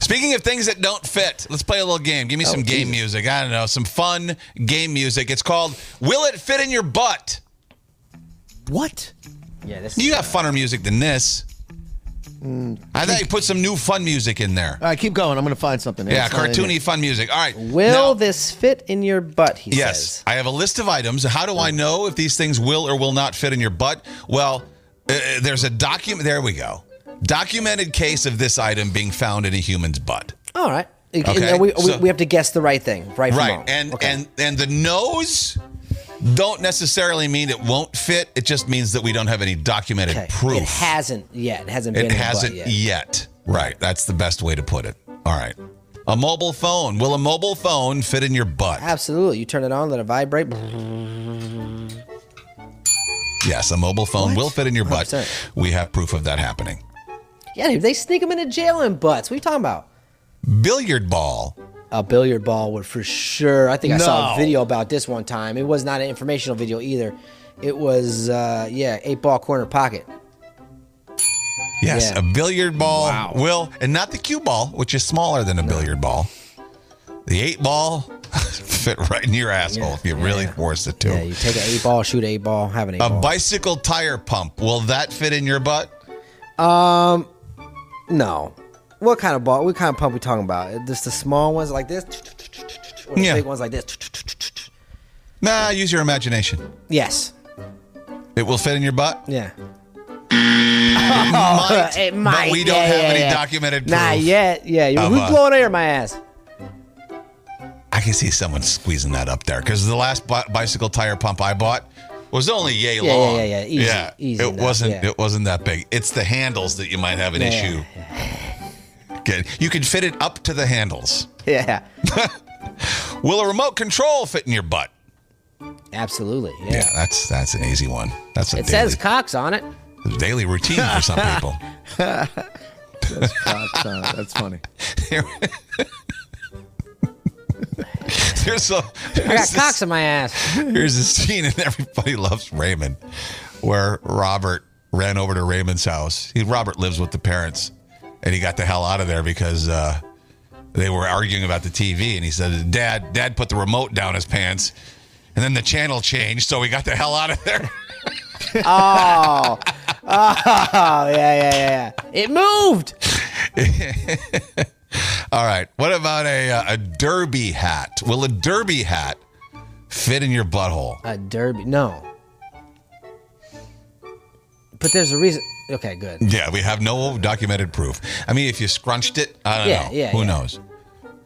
Speaker 3: Speaking of things that don't fit, let's play a little game.
Speaker 2: Oh,
Speaker 3: Give me some game music. I don't know, some fun game music. It's called Will It Fit in Your Butt?
Speaker 4: What?
Speaker 2: yeah, this.
Speaker 3: You got funner music than this.
Speaker 2: Mm,
Speaker 3: I thought you put some new fun music in there.
Speaker 4: All right, keep going. I'm going to find something.
Speaker 3: Yeah,
Speaker 4: It's not in
Speaker 3: cartoony
Speaker 4: here.
Speaker 3: fun music. All right.
Speaker 2: Will
Speaker 3: now-
Speaker 2: this fit in your butt? He
Speaker 3: Yes.
Speaker 2: says. Mm.
Speaker 3: I have a list of items. How do I know if these things will or will not fit in your butt? Well, uh, there's a document. There we go. Documented case of this item being found in a human's butt.
Speaker 2: All right. And
Speaker 3: Okay,
Speaker 2: then we,
Speaker 3: so-
Speaker 2: we, we have to guess the right thing, right? From
Speaker 3: Right.
Speaker 2: wrong.
Speaker 3: And
Speaker 2: Okay.
Speaker 3: and and the nose don't necessarily mean it won't fit. It just means that we don't have any documented
Speaker 2: Okay.
Speaker 3: proof.
Speaker 2: It hasn't yet. It hasn't been.
Speaker 3: It
Speaker 2: in the butt
Speaker 3: hasn't
Speaker 2: yet.
Speaker 3: yet. Right. That's the best way to put it. All right. A mobile phone. Will a mobile phone fit in your butt?
Speaker 2: Absolutely. You turn it on, let it vibrate.
Speaker 3: Yes, a mobile phone will fit in your butt.
Speaker 2: 100%.
Speaker 3: We have proof of that happening.
Speaker 2: Yeah, dude, they sneak them into jail in butts. What are you talking about?
Speaker 3: Billiard ball.
Speaker 2: A billiard ball would for sure. I think I saw a
Speaker 4: No.
Speaker 2: video about this one time. It was not an informational video either. It was, uh, yeah, eight ball corner pocket.
Speaker 3: Yes,
Speaker 2: Yeah.
Speaker 3: a billiard ball will, and not the cue ball, which is smaller than a billiard ball. The eight ball fit right in your asshole if you really force it to.
Speaker 2: Yeah, you take an eight ball, shoot an eight ball, have an eight
Speaker 3: a
Speaker 2: ball.
Speaker 3: bicycle tire pump. Will that fit in your butt?
Speaker 2: No. What kind of ball? What kind of pump we talking about? Just the small ones like this, or the
Speaker 3: Yeah.
Speaker 2: big ones like this.
Speaker 3: Nah, use your imagination.
Speaker 2: Yes.
Speaker 3: It will fit in your butt.
Speaker 2: Yeah.
Speaker 3: might,
Speaker 2: Uh, It
Speaker 3: But
Speaker 2: might,
Speaker 3: we don't
Speaker 2: yeah,
Speaker 3: have
Speaker 2: yeah,
Speaker 3: any
Speaker 2: yeah.
Speaker 3: documented proof.
Speaker 2: Not yet. Yeah. You-
Speaker 3: Of,
Speaker 2: Who's
Speaker 3: uh,
Speaker 2: blowing air in my ass?
Speaker 3: I can see someone squeezing that up there because the last bi- bicycle tire pump I bought was only yay
Speaker 2: yeah,
Speaker 3: long.
Speaker 2: yeah, yeah. Easy, easy
Speaker 3: it
Speaker 2: enough,
Speaker 3: wasn't.
Speaker 2: yeah.
Speaker 3: It wasn't that big. It's the handles that you might have an
Speaker 2: Yeah,
Speaker 3: issue. Okay, you can fit it up to the handles.
Speaker 2: Yeah.
Speaker 3: Will a remote control fit in your butt?
Speaker 2: Absolutely. Yeah.
Speaker 3: Yeah, that's that's an easy one. That's a
Speaker 2: It
Speaker 3: daily,
Speaker 2: says Cox on it.
Speaker 3: daily routine for some people.
Speaker 4: That's,
Speaker 3: Oh,
Speaker 4: uh, that's funny.
Speaker 3: There's a
Speaker 2: I got
Speaker 3: there's a-
Speaker 2: Cox in my ass.
Speaker 3: Here's a scene in Everybody Loves Raymond where Robert ran over to Raymond's house. He, Robert lives with the parents, and he got the hell out of there because uh, they were arguing about the TV. And he said, Dad, Dad put the remote down his pants, and then the channel changed, so we got the hell out of there.
Speaker 2: Oh yeah, yeah, yeah. yeah. It moved.
Speaker 3: All right. What about a, uh, a derby hat? Will a derby hat fit in your butthole?
Speaker 2: A derby. No. But there's a reason. Okay, good.
Speaker 3: Yeah, we have no documented proof. I mean, if you scrunched it, I don't
Speaker 2: Yeah,
Speaker 3: know.
Speaker 2: yeah,
Speaker 3: Who
Speaker 2: yeah.
Speaker 3: knows?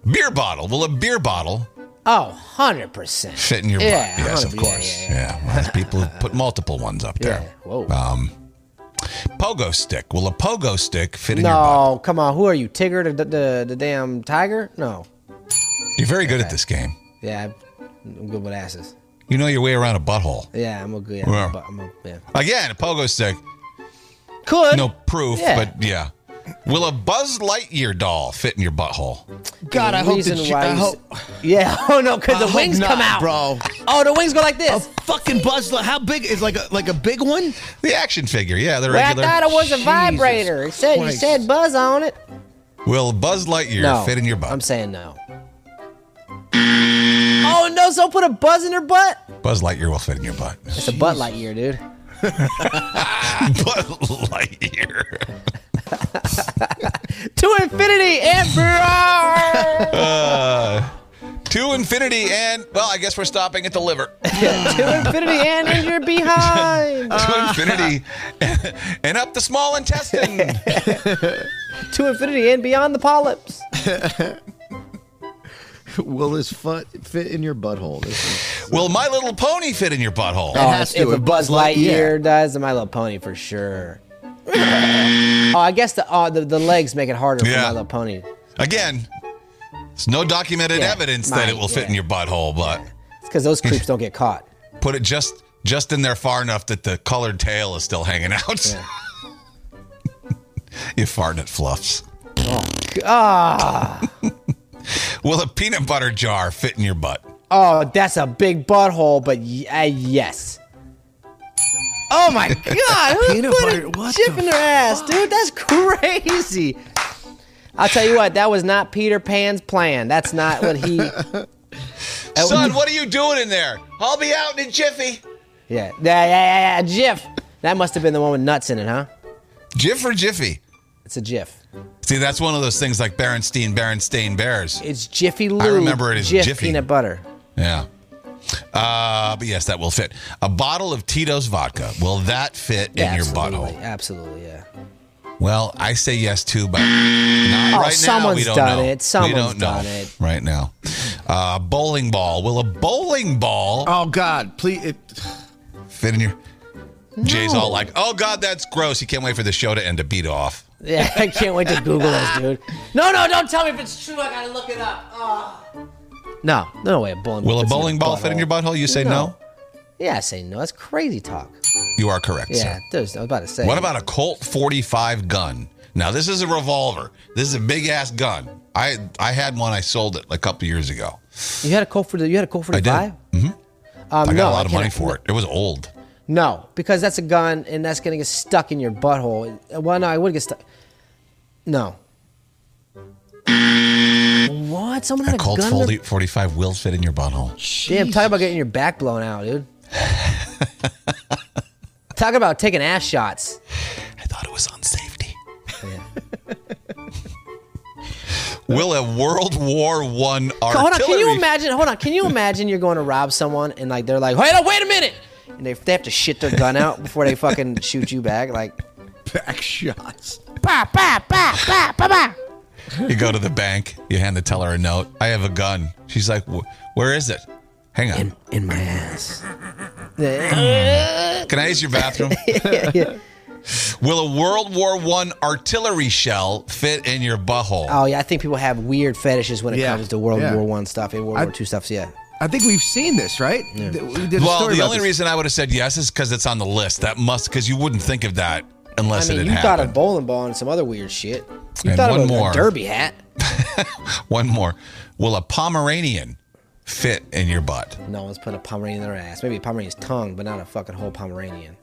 Speaker 3: Beer bottle. Will a beer bottle
Speaker 2: Oh, 100 percent.
Speaker 3: fit in your
Speaker 2: Yeah,
Speaker 3: butt? Yes, of
Speaker 2: 100
Speaker 3: course.
Speaker 2: yeah,
Speaker 3: Yeah, well, people put multiple ones up there.
Speaker 2: Yeah, whoa.
Speaker 3: Um, pogo stick. Will a pogo stick fit in your butt?
Speaker 2: No, come on. Who are you, Tigger? The, the the damn tiger? No.
Speaker 3: You're very good at this game.
Speaker 2: Yeah, I'm good with asses.
Speaker 3: You know your way around a butthole.
Speaker 2: Yeah, I'm a good. Yeah,
Speaker 3: Well.
Speaker 2: but I'm a, yeah.
Speaker 3: Again, a pogo stick.
Speaker 2: Could
Speaker 3: No proof,
Speaker 2: Yeah.
Speaker 3: but yeah. Will a Buzz Lightyear doll fit in your butthole?
Speaker 4: God, I hope
Speaker 2: reason
Speaker 4: that you,
Speaker 2: why
Speaker 4: I
Speaker 2: you
Speaker 4: hope,
Speaker 2: s- yeah. Oh no,
Speaker 4: I
Speaker 2: because the
Speaker 4: hope
Speaker 2: wings
Speaker 4: not,
Speaker 2: come out,
Speaker 4: bro.
Speaker 2: Oh, the wings go like
Speaker 4: A
Speaker 2: this.
Speaker 4: fucking buzz. li- How big is like a like a big one?
Speaker 3: The action figure, yeah, the
Speaker 2: Well, I
Speaker 3: regular.
Speaker 2: thought it was a vibrator. It said you
Speaker 4: Christ.
Speaker 2: said buzz on it.
Speaker 3: Will Buzz Lightyear
Speaker 2: No,
Speaker 3: fit in your butt?
Speaker 2: I'm saying no. Oh no! So put a buzz in her butt.
Speaker 3: Buzz Lightyear will fit in your butt.
Speaker 2: It's a butt light year, dude.
Speaker 3: Buzz Lightyear.
Speaker 2: To infinity and beyond.
Speaker 3: to infinity and well, I guess we're stopping at the liver.
Speaker 2: to infinity and in your behind.
Speaker 3: to infinity and up the small intestine.
Speaker 2: to infinity and beyond the polyps.
Speaker 4: Will this foot fit in your butthole? This is-
Speaker 3: will My Little Pony fit in your butthole?
Speaker 4: It has
Speaker 2: if
Speaker 4: to.
Speaker 2: a Buzz
Speaker 4: Light- yeah.
Speaker 2: Lightyear does, then My Little Pony for sure. oh, I guess the, uh, the the legs make it harder for
Speaker 3: Yeah.
Speaker 2: My Little Pony.
Speaker 3: Again, there's no documented
Speaker 2: Yeah,
Speaker 3: evidence
Speaker 2: my-
Speaker 3: that it will fit in
Speaker 2: yeah.
Speaker 3: your butthole, but
Speaker 2: It's because those creeps don't get caught.
Speaker 3: put it just just in there far enough that the colored tail is still hanging out. you fart and it fluffs.
Speaker 2: Ah,
Speaker 3: Will a peanut butter jar fit in your butt?
Speaker 2: oh, Oh, that's a big butthole, but y- uh, yes. Oh my god, who
Speaker 4: Peanut
Speaker 2: put
Speaker 4: butter,
Speaker 2: a
Speaker 4: what
Speaker 2: chip
Speaker 4: the
Speaker 2: in their ass, dude? That's crazy. I'll tell you what, that was not Peter Pan's plan. That's not what he.
Speaker 3: Son, what are you doing in there? I'll be out in a jiffy.
Speaker 2: Yeah, yeah, yeah, yeah, yeah. Jiff. That must have been the one with nuts in it, huh?
Speaker 3: Jiff or Jiffy?
Speaker 2: It's a Jiff.
Speaker 3: See, that's one of those things like Berenstein, Berenstain Bears.
Speaker 2: It's Jiffy Lube.
Speaker 3: remember it as
Speaker 2: Jif
Speaker 3: Jiffy.
Speaker 2: peanut butter.
Speaker 3: Yeah. Uh, but yes, that will fit. A bottle of Tito's vodka. Will that fit in your
Speaker 2: absolutely,
Speaker 3: butthole?
Speaker 2: absolutely, yeah.
Speaker 3: Well, I say yes too, but
Speaker 2: Oh,
Speaker 3: not right now. We
Speaker 2: someone's
Speaker 3: don't
Speaker 2: done
Speaker 3: know.
Speaker 2: it. Someone's
Speaker 3: we don't know
Speaker 2: done it.
Speaker 3: right now. Uh, bowling ball. Will a bowling ball
Speaker 4: Oh God, please! It,
Speaker 3: fit in your? Jay's all like, "Oh God, that's gross." He can't wait for the show to end to beat off.
Speaker 2: Yeah, I can't wait to Google this, dude. No, no, don't tell me if it's true. I gotta look it up. Oh. No, no way. A bowling
Speaker 3: Will a
Speaker 2: fits in
Speaker 3: bowling
Speaker 2: your
Speaker 3: ball fit in your butthole? You say no.
Speaker 2: Yeah, I say no. That's crazy talk.
Speaker 3: You are correct,
Speaker 2: Yeah,
Speaker 3: sir.
Speaker 2: there's. I was about to say.
Speaker 3: What about a Colt 45 gun? Now this is a revolver. This is a big ass gun. I I had one. I sold it a couple years ago.
Speaker 2: you had a Colt for the you had a Colt forty five? Mm-hmm. Um,
Speaker 3: I
Speaker 2: no,
Speaker 3: got a lot of money
Speaker 2: can't-
Speaker 3: for it. It was old.
Speaker 2: No, because that's a gun and that's gonna get stuck in your butthole. Well, no, I would get stuck. No. What? Someone had
Speaker 3: A
Speaker 2: a
Speaker 3: Colt
Speaker 2: gun. in their-
Speaker 3: 40, 45 will fit in your butthole.
Speaker 2: Damn, talk about getting your back blown out, dude. talk about taking ass shots.
Speaker 3: I thought it was on safety. will a World War One artillery?
Speaker 2: Hold on, can you imagine? Hold on, can you imagine you're going to rob someone and like they're like, "Wait, no, wait a minute," and they, they have to shit their gun out before they fucking shoot you back. Like,
Speaker 4: back shots.
Speaker 3: You go to the bank. You hand the teller a note. I have a gun. She's like, "Wh- "Where is it? Hang on.
Speaker 2: in my ass.
Speaker 3: Can I use your bathroom?" Will a World War One artillery shell fit in your butthole?
Speaker 2: Oh yeah, I think people have weird fetishes when it
Speaker 4: Yeah,
Speaker 2: comes to World
Speaker 4: yeah.
Speaker 2: War One stuff and World
Speaker 4: I-
Speaker 2: War Two stuff. So yeah,
Speaker 4: I think we've seen this, right? Th- We did a
Speaker 3: well,
Speaker 4: story
Speaker 3: the
Speaker 4: about
Speaker 3: only
Speaker 4: this.
Speaker 3: reason I would have said yes is because it's on the list. That must because you wouldn't think of that unless
Speaker 2: I mean,
Speaker 3: it
Speaker 2: you
Speaker 3: had
Speaker 2: thought
Speaker 3: happened.
Speaker 2: of bowling ball and some other weird shit. You
Speaker 3: And
Speaker 2: thought
Speaker 3: one
Speaker 2: of a, a
Speaker 3: more.
Speaker 2: derby hat.
Speaker 3: One more. Will a Pomeranian fit in your butt?
Speaker 2: No one's putting a Pomeranian in their ass. Maybe a Pomeranian's tongue, but not a fucking whole Pomeranian.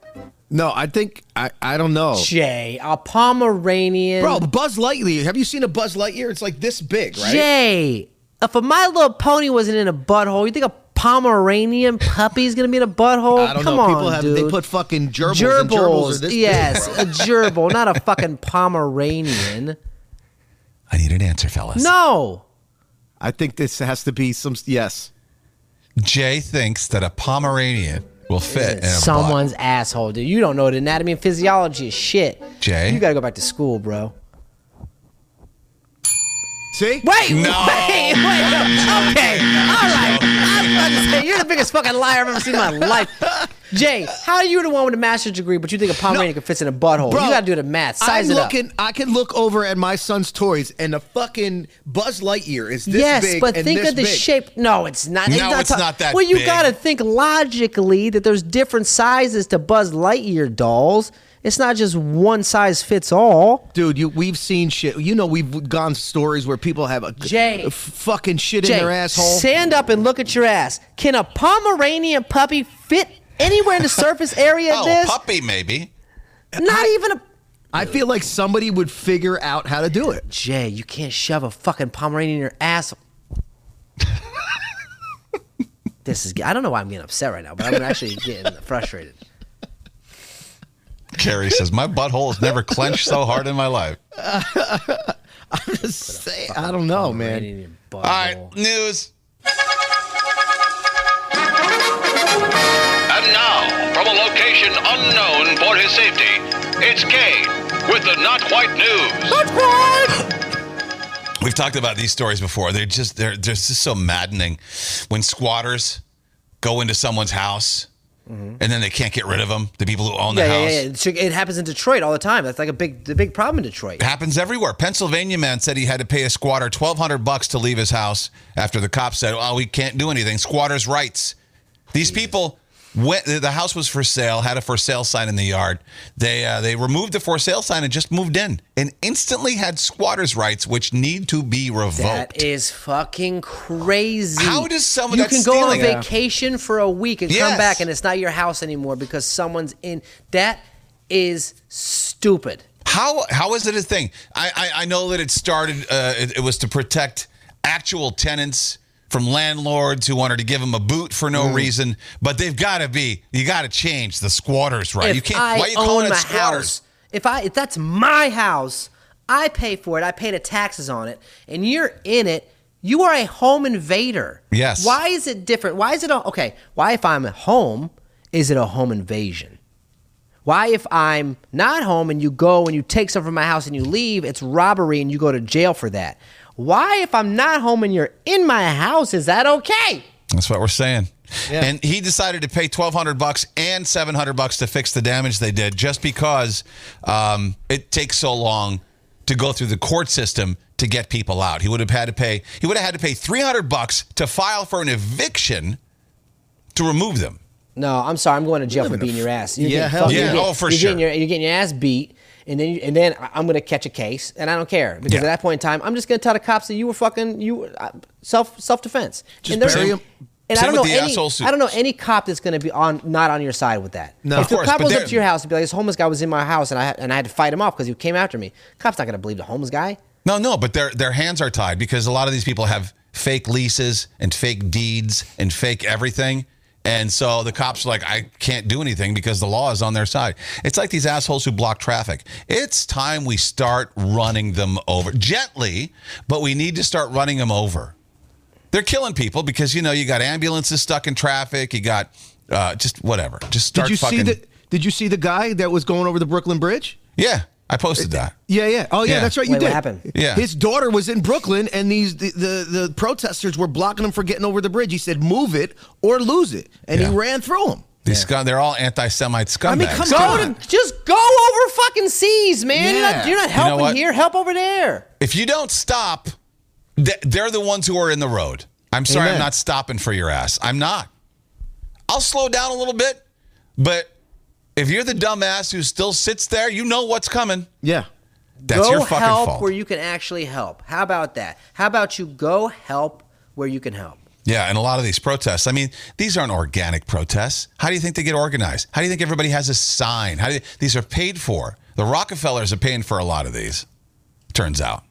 Speaker 4: No, I think I. I don't know,
Speaker 2: Oh. Jay, a Pomeranian.
Speaker 4: bro. Buzz Lightyear. Have you seen a Buzz Lightyear? It's like this big, right?
Speaker 2: Jay, if a My Little Pony wasn't in a butthole, you think a Pomeranian puppy's gonna be in a butthole?
Speaker 4: I don't
Speaker 2: Come
Speaker 4: know.
Speaker 2: on,
Speaker 4: People have
Speaker 2: dude.
Speaker 4: they put fucking gerbils.
Speaker 2: gerbils.
Speaker 4: and gerbils are this
Speaker 2: yes,
Speaker 4: Big,
Speaker 2: a gerbil, not a fucking Pomeranian.
Speaker 3: I need an answer, fellas.
Speaker 2: No,
Speaker 4: I think this has to be some. Yes.
Speaker 3: Jay thinks that a Pomeranian will fit in a
Speaker 2: someone's asshole, dude. You don't know the anatomy and physiology of shit.
Speaker 3: Jay?
Speaker 2: you gotta go back to school, bro.
Speaker 4: See.
Speaker 2: Wait,
Speaker 3: No.
Speaker 2: wait, wait. no. Okay, all right. I'm about to say you're the biggest fucking liar I've ever seen in my life. Jay, how are you the one with a master's degree, but you think a Pomeranian could fit in a butthole?
Speaker 4: Bro,
Speaker 2: you gotta do the math. Size
Speaker 4: I'm
Speaker 2: it up.
Speaker 4: looking. I can look over at my son's toys, and the fucking Buzz Lightyear is this
Speaker 2: yes,
Speaker 4: big.
Speaker 2: but
Speaker 4: and
Speaker 2: think
Speaker 4: this
Speaker 2: of the
Speaker 4: big.
Speaker 2: shape. No, it's not.
Speaker 3: No, it's not that
Speaker 2: Well, you
Speaker 3: big.
Speaker 2: gotta think logically that there's different sizes to Buzz Lightyear dolls. It's not just one size fits all.
Speaker 4: Dude, you, we've seen shit. You know, we've gone stories where people have a
Speaker 2: Jay.
Speaker 4: f- fucking shit
Speaker 2: Jay,
Speaker 4: in their asshole.
Speaker 2: stand up and look at your ass. Can a Pomeranian puppy fit anywhere in the surface area
Speaker 3: butt.
Speaker 2: of
Speaker 3: Oh,
Speaker 2: this?
Speaker 3: puppy maybe.
Speaker 2: Not even a.
Speaker 4: I feel like somebody would figure out how to do it.
Speaker 2: Jay, you can't shove a fucking Pomeranian in your ass. this is. I don't know why I'm getting upset right now, but I'm actually getting frustrated.
Speaker 3: Carrie says my butthole has never clenched so hard in my life.
Speaker 4: Say, I don't know, man.
Speaker 3: All right, news.
Speaker 9: And now, from a location unknown for his safety, it's Kane with the Not White News.
Speaker 3: We've talked about these stories before. They're just they're, they're just so maddening when squatters go into someone's house and then they can't get rid of them. The people who own the
Speaker 2: Mm-hmm. Yeah, yeah,
Speaker 3: house.
Speaker 2: yeah. It's- It happens in Detroit all the time. That's like a big, the big problem in Detroit.
Speaker 3: It happens everywhere. Pennsylvania man said he had to pay a squatter twelve hundred bucks to leave his house after the cops said, "Oh, we can't do anything." Squatters' rights. These people went, the house was for sale, had a for sale sign in the yard. They uh, they removed the for sale sign and just moved in, and instantly had squatters' rights, which need to be revoked.
Speaker 2: That is fucking crazy.
Speaker 3: How does someone
Speaker 2: you
Speaker 3: that's
Speaker 2: can go on
Speaker 3: stealing-
Speaker 2: vacation for a week and come
Speaker 3: Yes.
Speaker 2: back and it's not your house anymore because someone's in? That is stupid.
Speaker 3: How how is it a thing? I I, I know that it started. Uh, it, it was to protect actual tenants from landlords who wanted to give them a boot for
Speaker 2: Mm.
Speaker 3: no reason. But they've got to be. You got to change the squatters' right.
Speaker 2: If
Speaker 3: you can't.
Speaker 2: I
Speaker 3: why are you
Speaker 2: own
Speaker 3: calling it
Speaker 2: my
Speaker 3: squatters?
Speaker 2: house, if I if that's my house, I pay for it. I pay the taxes on it, and you're in it. You are a home invader.
Speaker 3: Yes.
Speaker 2: Why is it different? Why is it a, okay? Why if I'm at home, is it a home invasion? Why if I'm not home and you go and you take something from my house and you leave, it's robbery and you go to jail for that? Why if I'm not home and you're in my house, is that okay?
Speaker 3: That's what we're saying. And he decided to pay twelve hundred bucks and seven hundred bucks to fix the damage they did, just because um, it takes so long to go through the court system to get people out. He would have had to pay. He would have had to pay three hundred bucks to file for an eviction to remove them.
Speaker 2: No, I'm sorry. I'm going to jail for beating your ass. You're
Speaker 3: Yeah,
Speaker 2: getting
Speaker 3: hell
Speaker 2: fucked-
Speaker 3: yeah.
Speaker 2: you're getting-
Speaker 3: Oh, for
Speaker 2: you're
Speaker 3: sure.
Speaker 2: Getting your, you're getting your ass beat, and then you, and then I- I'm going to catch a case, and I don't care because
Speaker 3: Yeah.
Speaker 2: at that point in time, I'm just going to tell the cops that you were fucking you uh, self self defense.
Speaker 4: Just
Speaker 2: and they're-
Speaker 4: bury 'em.
Speaker 2: And I
Speaker 3: Same
Speaker 2: don't know
Speaker 3: with the
Speaker 2: any.
Speaker 3: asshole suits.
Speaker 2: I don't know any cop that's going to be on not on your side with that.
Speaker 4: No.
Speaker 2: if the
Speaker 3: Of course,
Speaker 2: cop
Speaker 3: but
Speaker 2: goes up
Speaker 3: they're-
Speaker 2: to your house and be like, "This homeless guy was in my house, and I and I had to fight him off because he came after me," cop's not going to believe the homeless guy.
Speaker 3: No, no, but their their hands are tied because a lot of these people have fake leases and fake deeds and fake everything. And so the cops are like, I can't do anything because the law is on their side. It's like these assholes who block traffic. It's time we start running them over gently, but we need to start running them over. They're killing people because you know you got ambulances stuck in traffic. You got uh, just whatever. Just start
Speaker 4: Did you
Speaker 3: fucking.
Speaker 4: see the Did you see the guy that was going over the Brooklyn Bridge?
Speaker 3: yeah, I posted that.
Speaker 4: Yeah, yeah. Oh, yeah,
Speaker 3: Yeah.
Speaker 4: that's right. You
Speaker 2: Wait, what
Speaker 4: did.
Speaker 2: happened?
Speaker 3: Yeah.
Speaker 4: His daughter was in Brooklyn, and these the, the, the protesters were blocking him for getting over the bridge. He said, "Move it or lose it," and
Speaker 3: Yeah.
Speaker 4: he ran through them.
Speaker 3: These scum, they're all anti-Semite scumbags.
Speaker 4: I mean, come
Speaker 3: too.
Speaker 4: on.
Speaker 2: Go to, just go over fucking seas, man. You're not,
Speaker 4: Yeah.
Speaker 2: you're not
Speaker 3: You know
Speaker 2: helping
Speaker 3: what?
Speaker 2: here. Help over there.
Speaker 3: if you don't stop, th- they're the ones who are in the road. I'm sorry, I'm
Speaker 4: Amen.
Speaker 3: not stopping for your ass. I'm not. I'll slow down a little bit, but if you're the dumbass who still sits there, you know what's coming.
Speaker 4: Yeah.
Speaker 3: That's
Speaker 2: go
Speaker 3: your fucking
Speaker 2: help
Speaker 3: fault.
Speaker 2: where you can actually help. How about that? How about you go help where you can help?
Speaker 3: yeah, and a lot of these protests. I mean, these aren't organic protests. How do you think they get organized? How do you think everybody has a sign? How do you, these are paid for? The Rockefellers are paying for a lot of these. Turns out.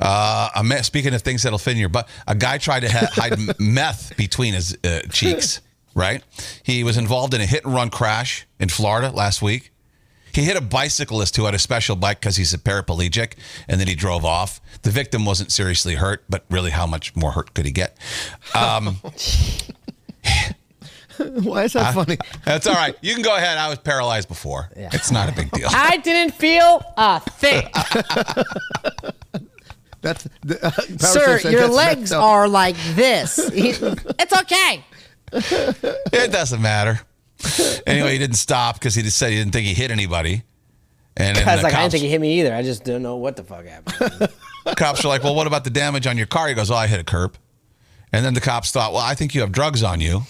Speaker 3: Uh, a me- speaking of things that'll fit in your butt, a guy tried to ha- hide m- meth between his uh, cheeks. Right? He was involved in a hit and run crash in Florida last week. He hit a bicyclist who had a special bike because he's a paraplegic, and then he drove off. The victim wasn't seriously hurt, but really, how much more hurt could he get? Um,
Speaker 4: Why is that funny?
Speaker 3: that's all right. You can go ahead. I was paralyzed before. It's not a big deal.
Speaker 2: I didn't feel a thing.
Speaker 4: That's the, uh, Power
Speaker 2: Sir,
Speaker 4: Surf said
Speaker 2: your
Speaker 4: that's
Speaker 2: legs
Speaker 4: messed up.
Speaker 2: are like this. it's okay.
Speaker 3: it doesn't matter. Anyway, he didn't stop because he just said he didn't think he hit anybody. And then
Speaker 2: I was
Speaker 3: the
Speaker 2: like, I didn't
Speaker 3: cops,
Speaker 2: think he hit me either. I just didn't know what the fuck happened.
Speaker 3: cops are like, "Well, what about the damage on your car?" He goes, "Oh, I hit a curb." And then the cops thought, "Well, I think you have drugs on you,"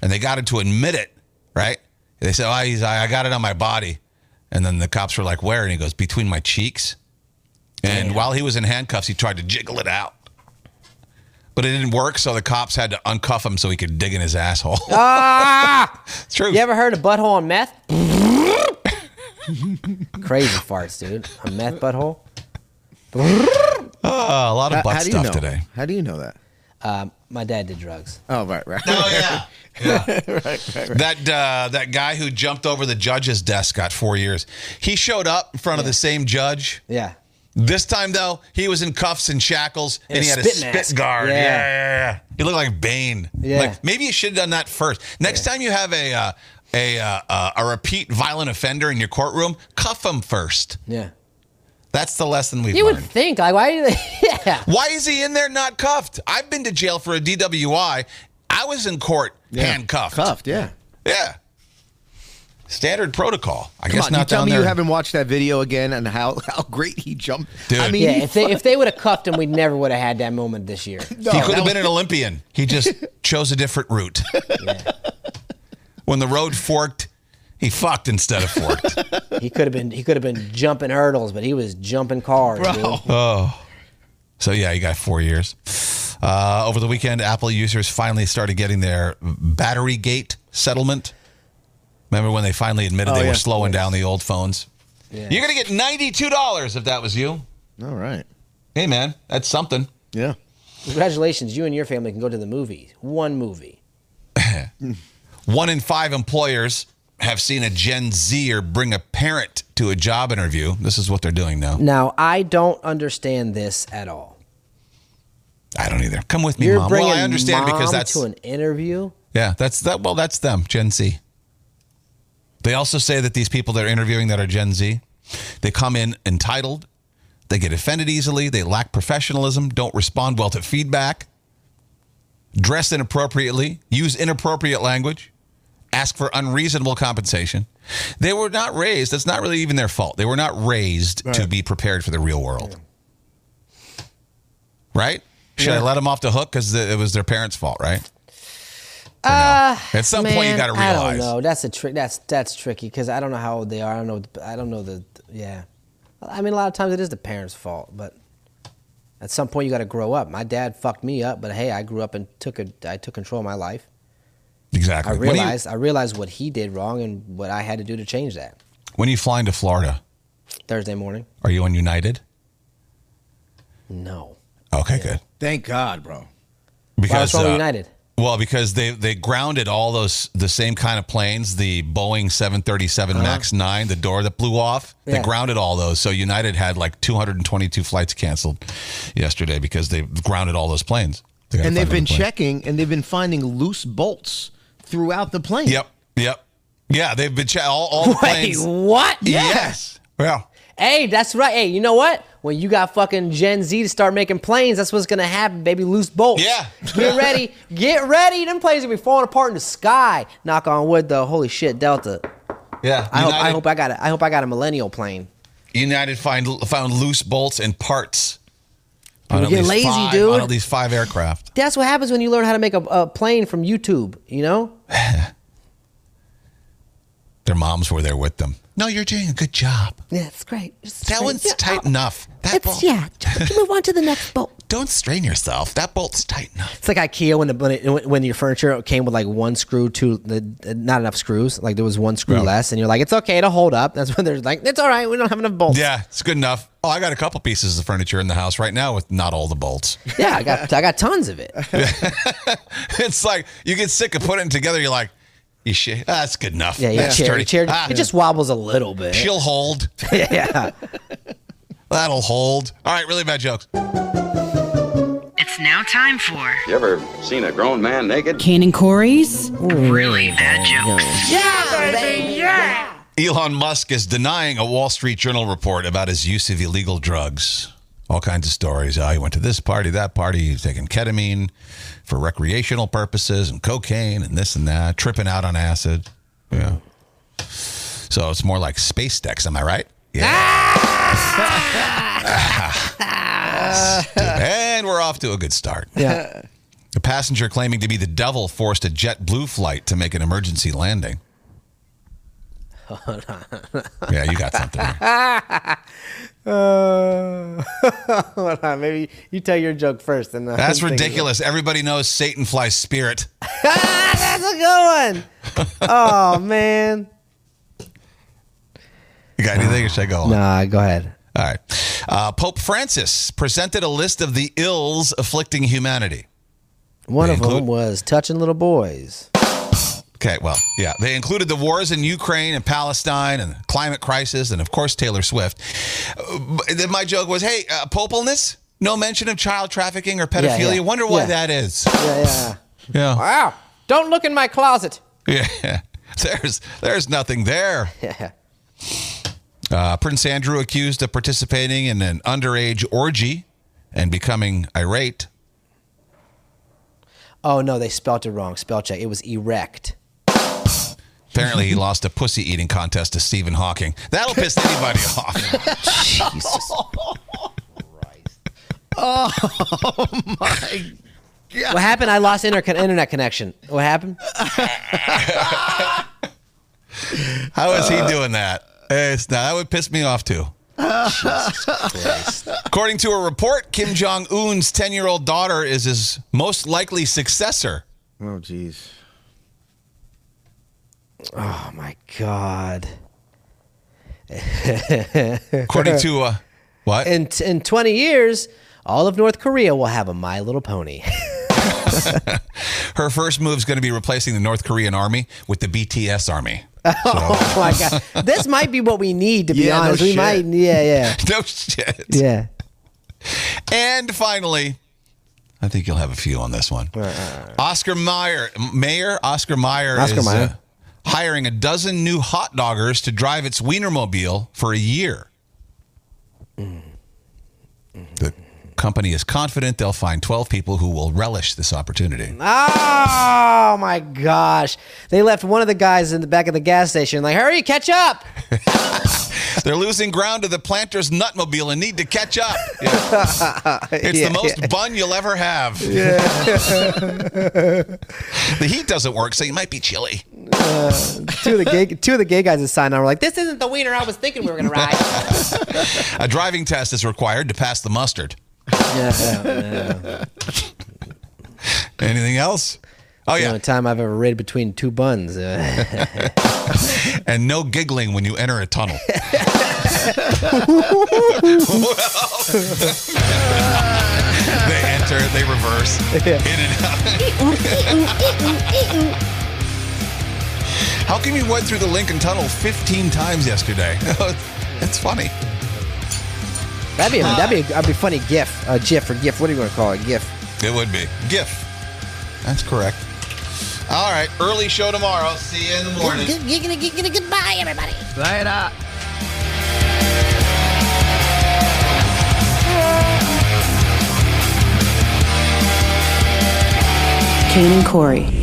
Speaker 3: and they got him to admit it. Right? They said, "Oh, he's, I I got it on my body," and then the cops were like, "Where?" And he goes, "Between my cheeks." And while he was in handcuffs, he tried to jiggle it out, but it didn't work. So the cops had to uncuff him so he could dig in his asshole.
Speaker 2: ah!
Speaker 3: it's true.
Speaker 2: You ever heard of butthole on meth? Crazy farts, dude. A meth butthole.
Speaker 3: Uh, a lot of
Speaker 4: How,
Speaker 3: butt
Speaker 4: how do you
Speaker 3: stuff
Speaker 4: know?
Speaker 3: today.
Speaker 4: How do you know that?
Speaker 2: Um, my dad did drugs.
Speaker 4: Oh, right, right.
Speaker 3: Oh yeah. That uh, that guy who jumped over the judge's desk got four years. He showed up in front of the same judge.
Speaker 2: Yeah.
Speaker 3: This time though, he was in cuffs and shackles, and,
Speaker 2: a
Speaker 3: he had
Speaker 2: spit
Speaker 3: a
Speaker 2: mask.
Speaker 3: spit guard.
Speaker 2: Yeah.
Speaker 3: Yeah. yeah, yeah, yeah. He looked like Bane.
Speaker 2: Yeah.
Speaker 3: Like maybe you should have done that first. Next time you have a uh, a uh, uh, a repeat violent offender in your courtroom, cuff him first.
Speaker 2: Yeah.
Speaker 3: That's the lesson we've
Speaker 2: You
Speaker 3: learned.
Speaker 2: would think, like, why do they? yeah.
Speaker 3: Why is he in there not cuffed? I've been to jail for a DWI. I was in court handcuffed.
Speaker 4: Cuffed, yeah.
Speaker 3: Yeah. Standard protocol. I
Speaker 4: Come
Speaker 3: guess
Speaker 4: on,
Speaker 3: not
Speaker 4: you tell
Speaker 3: down
Speaker 4: me
Speaker 3: there.
Speaker 4: you haven't watched that video again and how, how great he jumped. I
Speaker 3: Dude.
Speaker 4: mean,
Speaker 2: Yeah,
Speaker 4: he
Speaker 2: if they, if they would have cuffed him, we never would have had that moment this year.
Speaker 3: he could have been an Olympian. He just chose a different route. when the road forked, he fucked instead of forked.
Speaker 2: he could have been he could have been jumping hurdles, but he was jumping cars. dude.
Speaker 3: Oh. So yeah, you got four years. Uh, over the weekend, Apple users finally started getting their battery gate settlement. Remember when they finally admitted
Speaker 10: Oh,
Speaker 3: they
Speaker 10: yeah,
Speaker 3: were
Speaker 10: of
Speaker 3: slowing down the old phones?
Speaker 10: Yeah.
Speaker 3: You're gonna get ninety-two dollars if that was you. All right. Hey man, that's something. Yeah.
Speaker 2: Congratulations, you and your family can go to the movies. One movie.
Speaker 3: One in five employers have seen a Gen Zer bring a parent to a job interview. This is what they're doing now.
Speaker 2: Now I don't understand this at all.
Speaker 3: I don't either. Come with me,
Speaker 2: You're
Speaker 3: mom.
Speaker 2: bringing
Speaker 3: Well, I understand
Speaker 2: mom
Speaker 3: because that's
Speaker 2: to an interview.
Speaker 3: Yeah, that's that. Well, that's them, Gen Z. They also say that these people they're interviewing that are Gen Z, they come in entitled, they get offended easily, they lack professionalism, don't respond well to feedback, dress inappropriately, use inappropriate language, ask for unreasonable compensation. They were not raised. That's not really even their fault. They were not raised to be prepared for the real world. Right? Should I
Speaker 2: Yeah.
Speaker 3: let them off the hook because it was their parents' fault? Right?
Speaker 2: Uh,
Speaker 3: At some point, you
Speaker 2: man,
Speaker 3: gotta
Speaker 2: I
Speaker 3: realize.
Speaker 2: don't know. That's a trick. That's that's tricky because I don't know how old they are. I don't know. I don't know the. Yeah, I mean, a lot of times it is the parents' fault, but at some point you got to grow up. My dad fucked me up, but hey, I grew up and took a, I took control of my life.
Speaker 3: Exactly.
Speaker 2: I
Speaker 3: When do you-
Speaker 2: realized I realized what he did wrong and what I had to do to change that.
Speaker 3: When you flying to Florida,
Speaker 2: Thursday morning.
Speaker 3: are you on United?
Speaker 2: No.
Speaker 3: Okay, good.
Speaker 4: Thank God, bro.
Speaker 3: Because
Speaker 2: wrong with
Speaker 3: uh,
Speaker 2: United?
Speaker 3: Well, because they they grounded all those the same kind of planes, the Boeing 737
Speaker 2: Uh-huh.
Speaker 3: Max 9, the door that blew off. They
Speaker 10: Yeah.
Speaker 3: grounded all those. So United had like 222 flights canceled yesterday because they grounded all those planes. They gotta
Speaker 4: and they've
Speaker 3: find another
Speaker 4: been
Speaker 3: plane.
Speaker 4: checking and they've been finding loose bolts throughout the plane.
Speaker 3: Yep. Yep. Yeah, they've been che- all, all the planes.
Speaker 2: what?
Speaker 3: Yes. Yeah.
Speaker 2: Hey, that's right. Hey, you know what? When you got fucking Gen Z to start making planes, that's what's gonna happen, baby. Loose bolts. Yeah. Get ready. Get ready. Them planes gonna be falling apart in the sky. Knock on wood, though. Holy shit, Delta.
Speaker 3: Yeah.
Speaker 2: I hope, I
Speaker 3: United-
Speaker 2: hope I got a, I hope I got a millennial plane.
Speaker 3: United find, found loose bolts and parts
Speaker 2: People
Speaker 3: at
Speaker 2: get
Speaker 3: least
Speaker 2: lazy,
Speaker 3: five-
Speaker 2: dude.
Speaker 3: on at least five aircraft.
Speaker 2: That's what happens when you learn how to make a, a plane from YouTube. You know?
Speaker 3: Their moms were there with them. No, you're doing a good job.
Speaker 2: Yeah, it's great. It's
Speaker 3: That
Speaker 2: great.
Speaker 3: one's
Speaker 2: Yeah,
Speaker 3: tight enough. That
Speaker 2: It's-
Speaker 3: bolt.
Speaker 2: yeah. Move on to the next bolt.
Speaker 3: Don't strain yourself. That bolt's tight enough.
Speaker 2: It's like IKEA when the when, it, when your furniture came with like one screw, two the, not enough screws. Like there was one screw less, and you're like, it's okay to hold up. That's when they're like, it's all right. We don't have enough bolts.
Speaker 3: Yeah, it's good enough. Oh, I got a couple pieces of furniture in the house right now with not all the bolts.
Speaker 2: Yeah, I got I got tons of it.
Speaker 3: it's like you get sick of putting it together. You're like, you shit. Ah, that's good enough.
Speaker 2: Yeah, yeah.
Speaker 3: That's
Speaker 2: Chair,
Speaker 3: sturdy.
Speaker 2: chair,
Speaker 3: Ah,
Speaker 2: it just wobbles a little bit.
Speaker 3: She'll hold.
Speaker 2: yeah.
Speaker 3: That'll hold. All right, really bad jokes.
Speaker 11: It's now time for
Speaker 12: You ever seen a grown man naked?
Speaker 1: Kane and Corey's Oh, really
Speaker 12: bad
Speaker 1: jokes.
Speaker 11: Yeah, baby, yeah.
Speaker 3: Elon Musk is denying a Wall Street Journal report about his use of illegal drugs. All kinds of stories. Oh, he went to this party, that party. He's taking ketamine for recreational purposes and cocaine and this and that, tripping out on acid. Yeah. So it's more like space decks. Am I right? Yeah. and we're off to a good start.
Speaker 2: Yeah.
Speaker 3: A passenger claiming to be the devil forced a JetBlue flight to make an emergency landing. Yeah, you got something.
Speaker 2: Uh, hold on, maybe you tell your joke first, and I'll
Speaker 3: That's
Speaker 2: think of it.
Speaker 3: ridiculous. Everybody knows Satan flies spirit.
Speaker 2: Ah, that's a good one. oh man.
Speaker 3: You got anything or should I go on?
Speaker 2: Nah, go ahead.
Speaker 3: All right. Uh, Pope Francis presented a list of the ills afflicting humanity.
Speaker 2: One of them was touching little boys.
Speaker 3: Okay, well, yeah. They included the wars in Ukraine and Palestine and the climate crisis and, of course, Taylor Swift. Uh, but then my joke was hey, uh, popalness, no mention of child trafficking or pedophilia.
Speaker 2: yeah.
Speaker 3: Wonder why
Speaker 2: Yeah.
Speaker 3: that is.
Speaker 2: Yeah, yeah.
Speaker 3: Yeah.
Speaker 2: Wow. Don't look in my closet.
Speaker 3: Yeah. There's there's nothing there.
Speaker 2: Yeah.
Speaker 3: Uh, Prince Andrew accused of participating in an underage orgy and becoming irate.
Speaker 2: Oh no, they spelt it wrong. Spell check. It was erect.
Speaker 3: Apparently, he lost a pussy eating contest to Stephen Hawking. That'll piss anybody off.
Speaker 2: Jesus.
Speaker 4: Oh my
Speaker 2: What happened? I lost inter- internet connection. What happened?
Speaker 3: How is he doing that? It's not, that would piss me off too. According to a report, Kim Jong Un's 10 year old daughter is his most likely successor.
Speaker 4: Oh, jeez.
Speaker 2: Oh, my God.
Speaker 3: According to uh, what?
Speaker 2: In, in 20 years, all of North Korea will have a My Little Pony.
Speaker 3: her first move is going to be replacing the North Korean army with the BTS army.
Speaker 2: oh, my God. This might be what we need, to be
Speaker 3: Yeah, no
Speaker 2: honest. we
Speaker 3: shit.
Speaker 2: might, yeah, yeah.
Speaker 3: no shit.
Speaker 2: Yeah.
Speaker 3: And finally, I think you'll have a few on this one. Oscar Meyer, Mayor Oscar Meyer
Speaker 2: Oscar
Speaker 3: is uh,
Speaker 2: Mayer.
Speaker 3: hiring a dozen new hot doggers to drive its Wienermobile for a year.
Speaker 2: Mm. Mm-hmm.
Speaker 3: The company is confident they'll find 12 people who will relish this opportunity.
Speaker 2: Oh my gosh. They left one of the guys in the back of the gas station, like, hurry, catch up.
Speaker 3: They're losing ground to the planter's nutmobile and need to catch up. Yeah. It's
Speaker 2: Yeah,
Speaker 3: the most
Speaker 2: yeah.
Speaker 3: bun you'll ever have. the heat doesn't work, so you might be chilly.
Speaker 2: Uh, two of the gay two of the gay guys that signed on were like, This isn't the wiener I was thinking we were gonna ride.
Speaker 3: A driving test is required to pass the mustard. Anything else? Oh yeah.
Speaker 2: The only time I've ever rid between two buns. Uh,
Speaker 3: and no giggling when you enter a tunnel. they enter, they reverse, in and out. How come you went through the Lincoln Tunnel 15 times yesterday? That's funny.
Speaker 2: that'd be a, that'd be a, that'd be a funny gif. A gif or gif. What do you want to call it? Gif.
Speaker 3: It would be. GIF. That's correct. All right, early show tomorrow. See you in the morning.
Speaker 11: Goodbye, everybody.
Speaker 4: Later.
Speaker 1: Kane and Corey.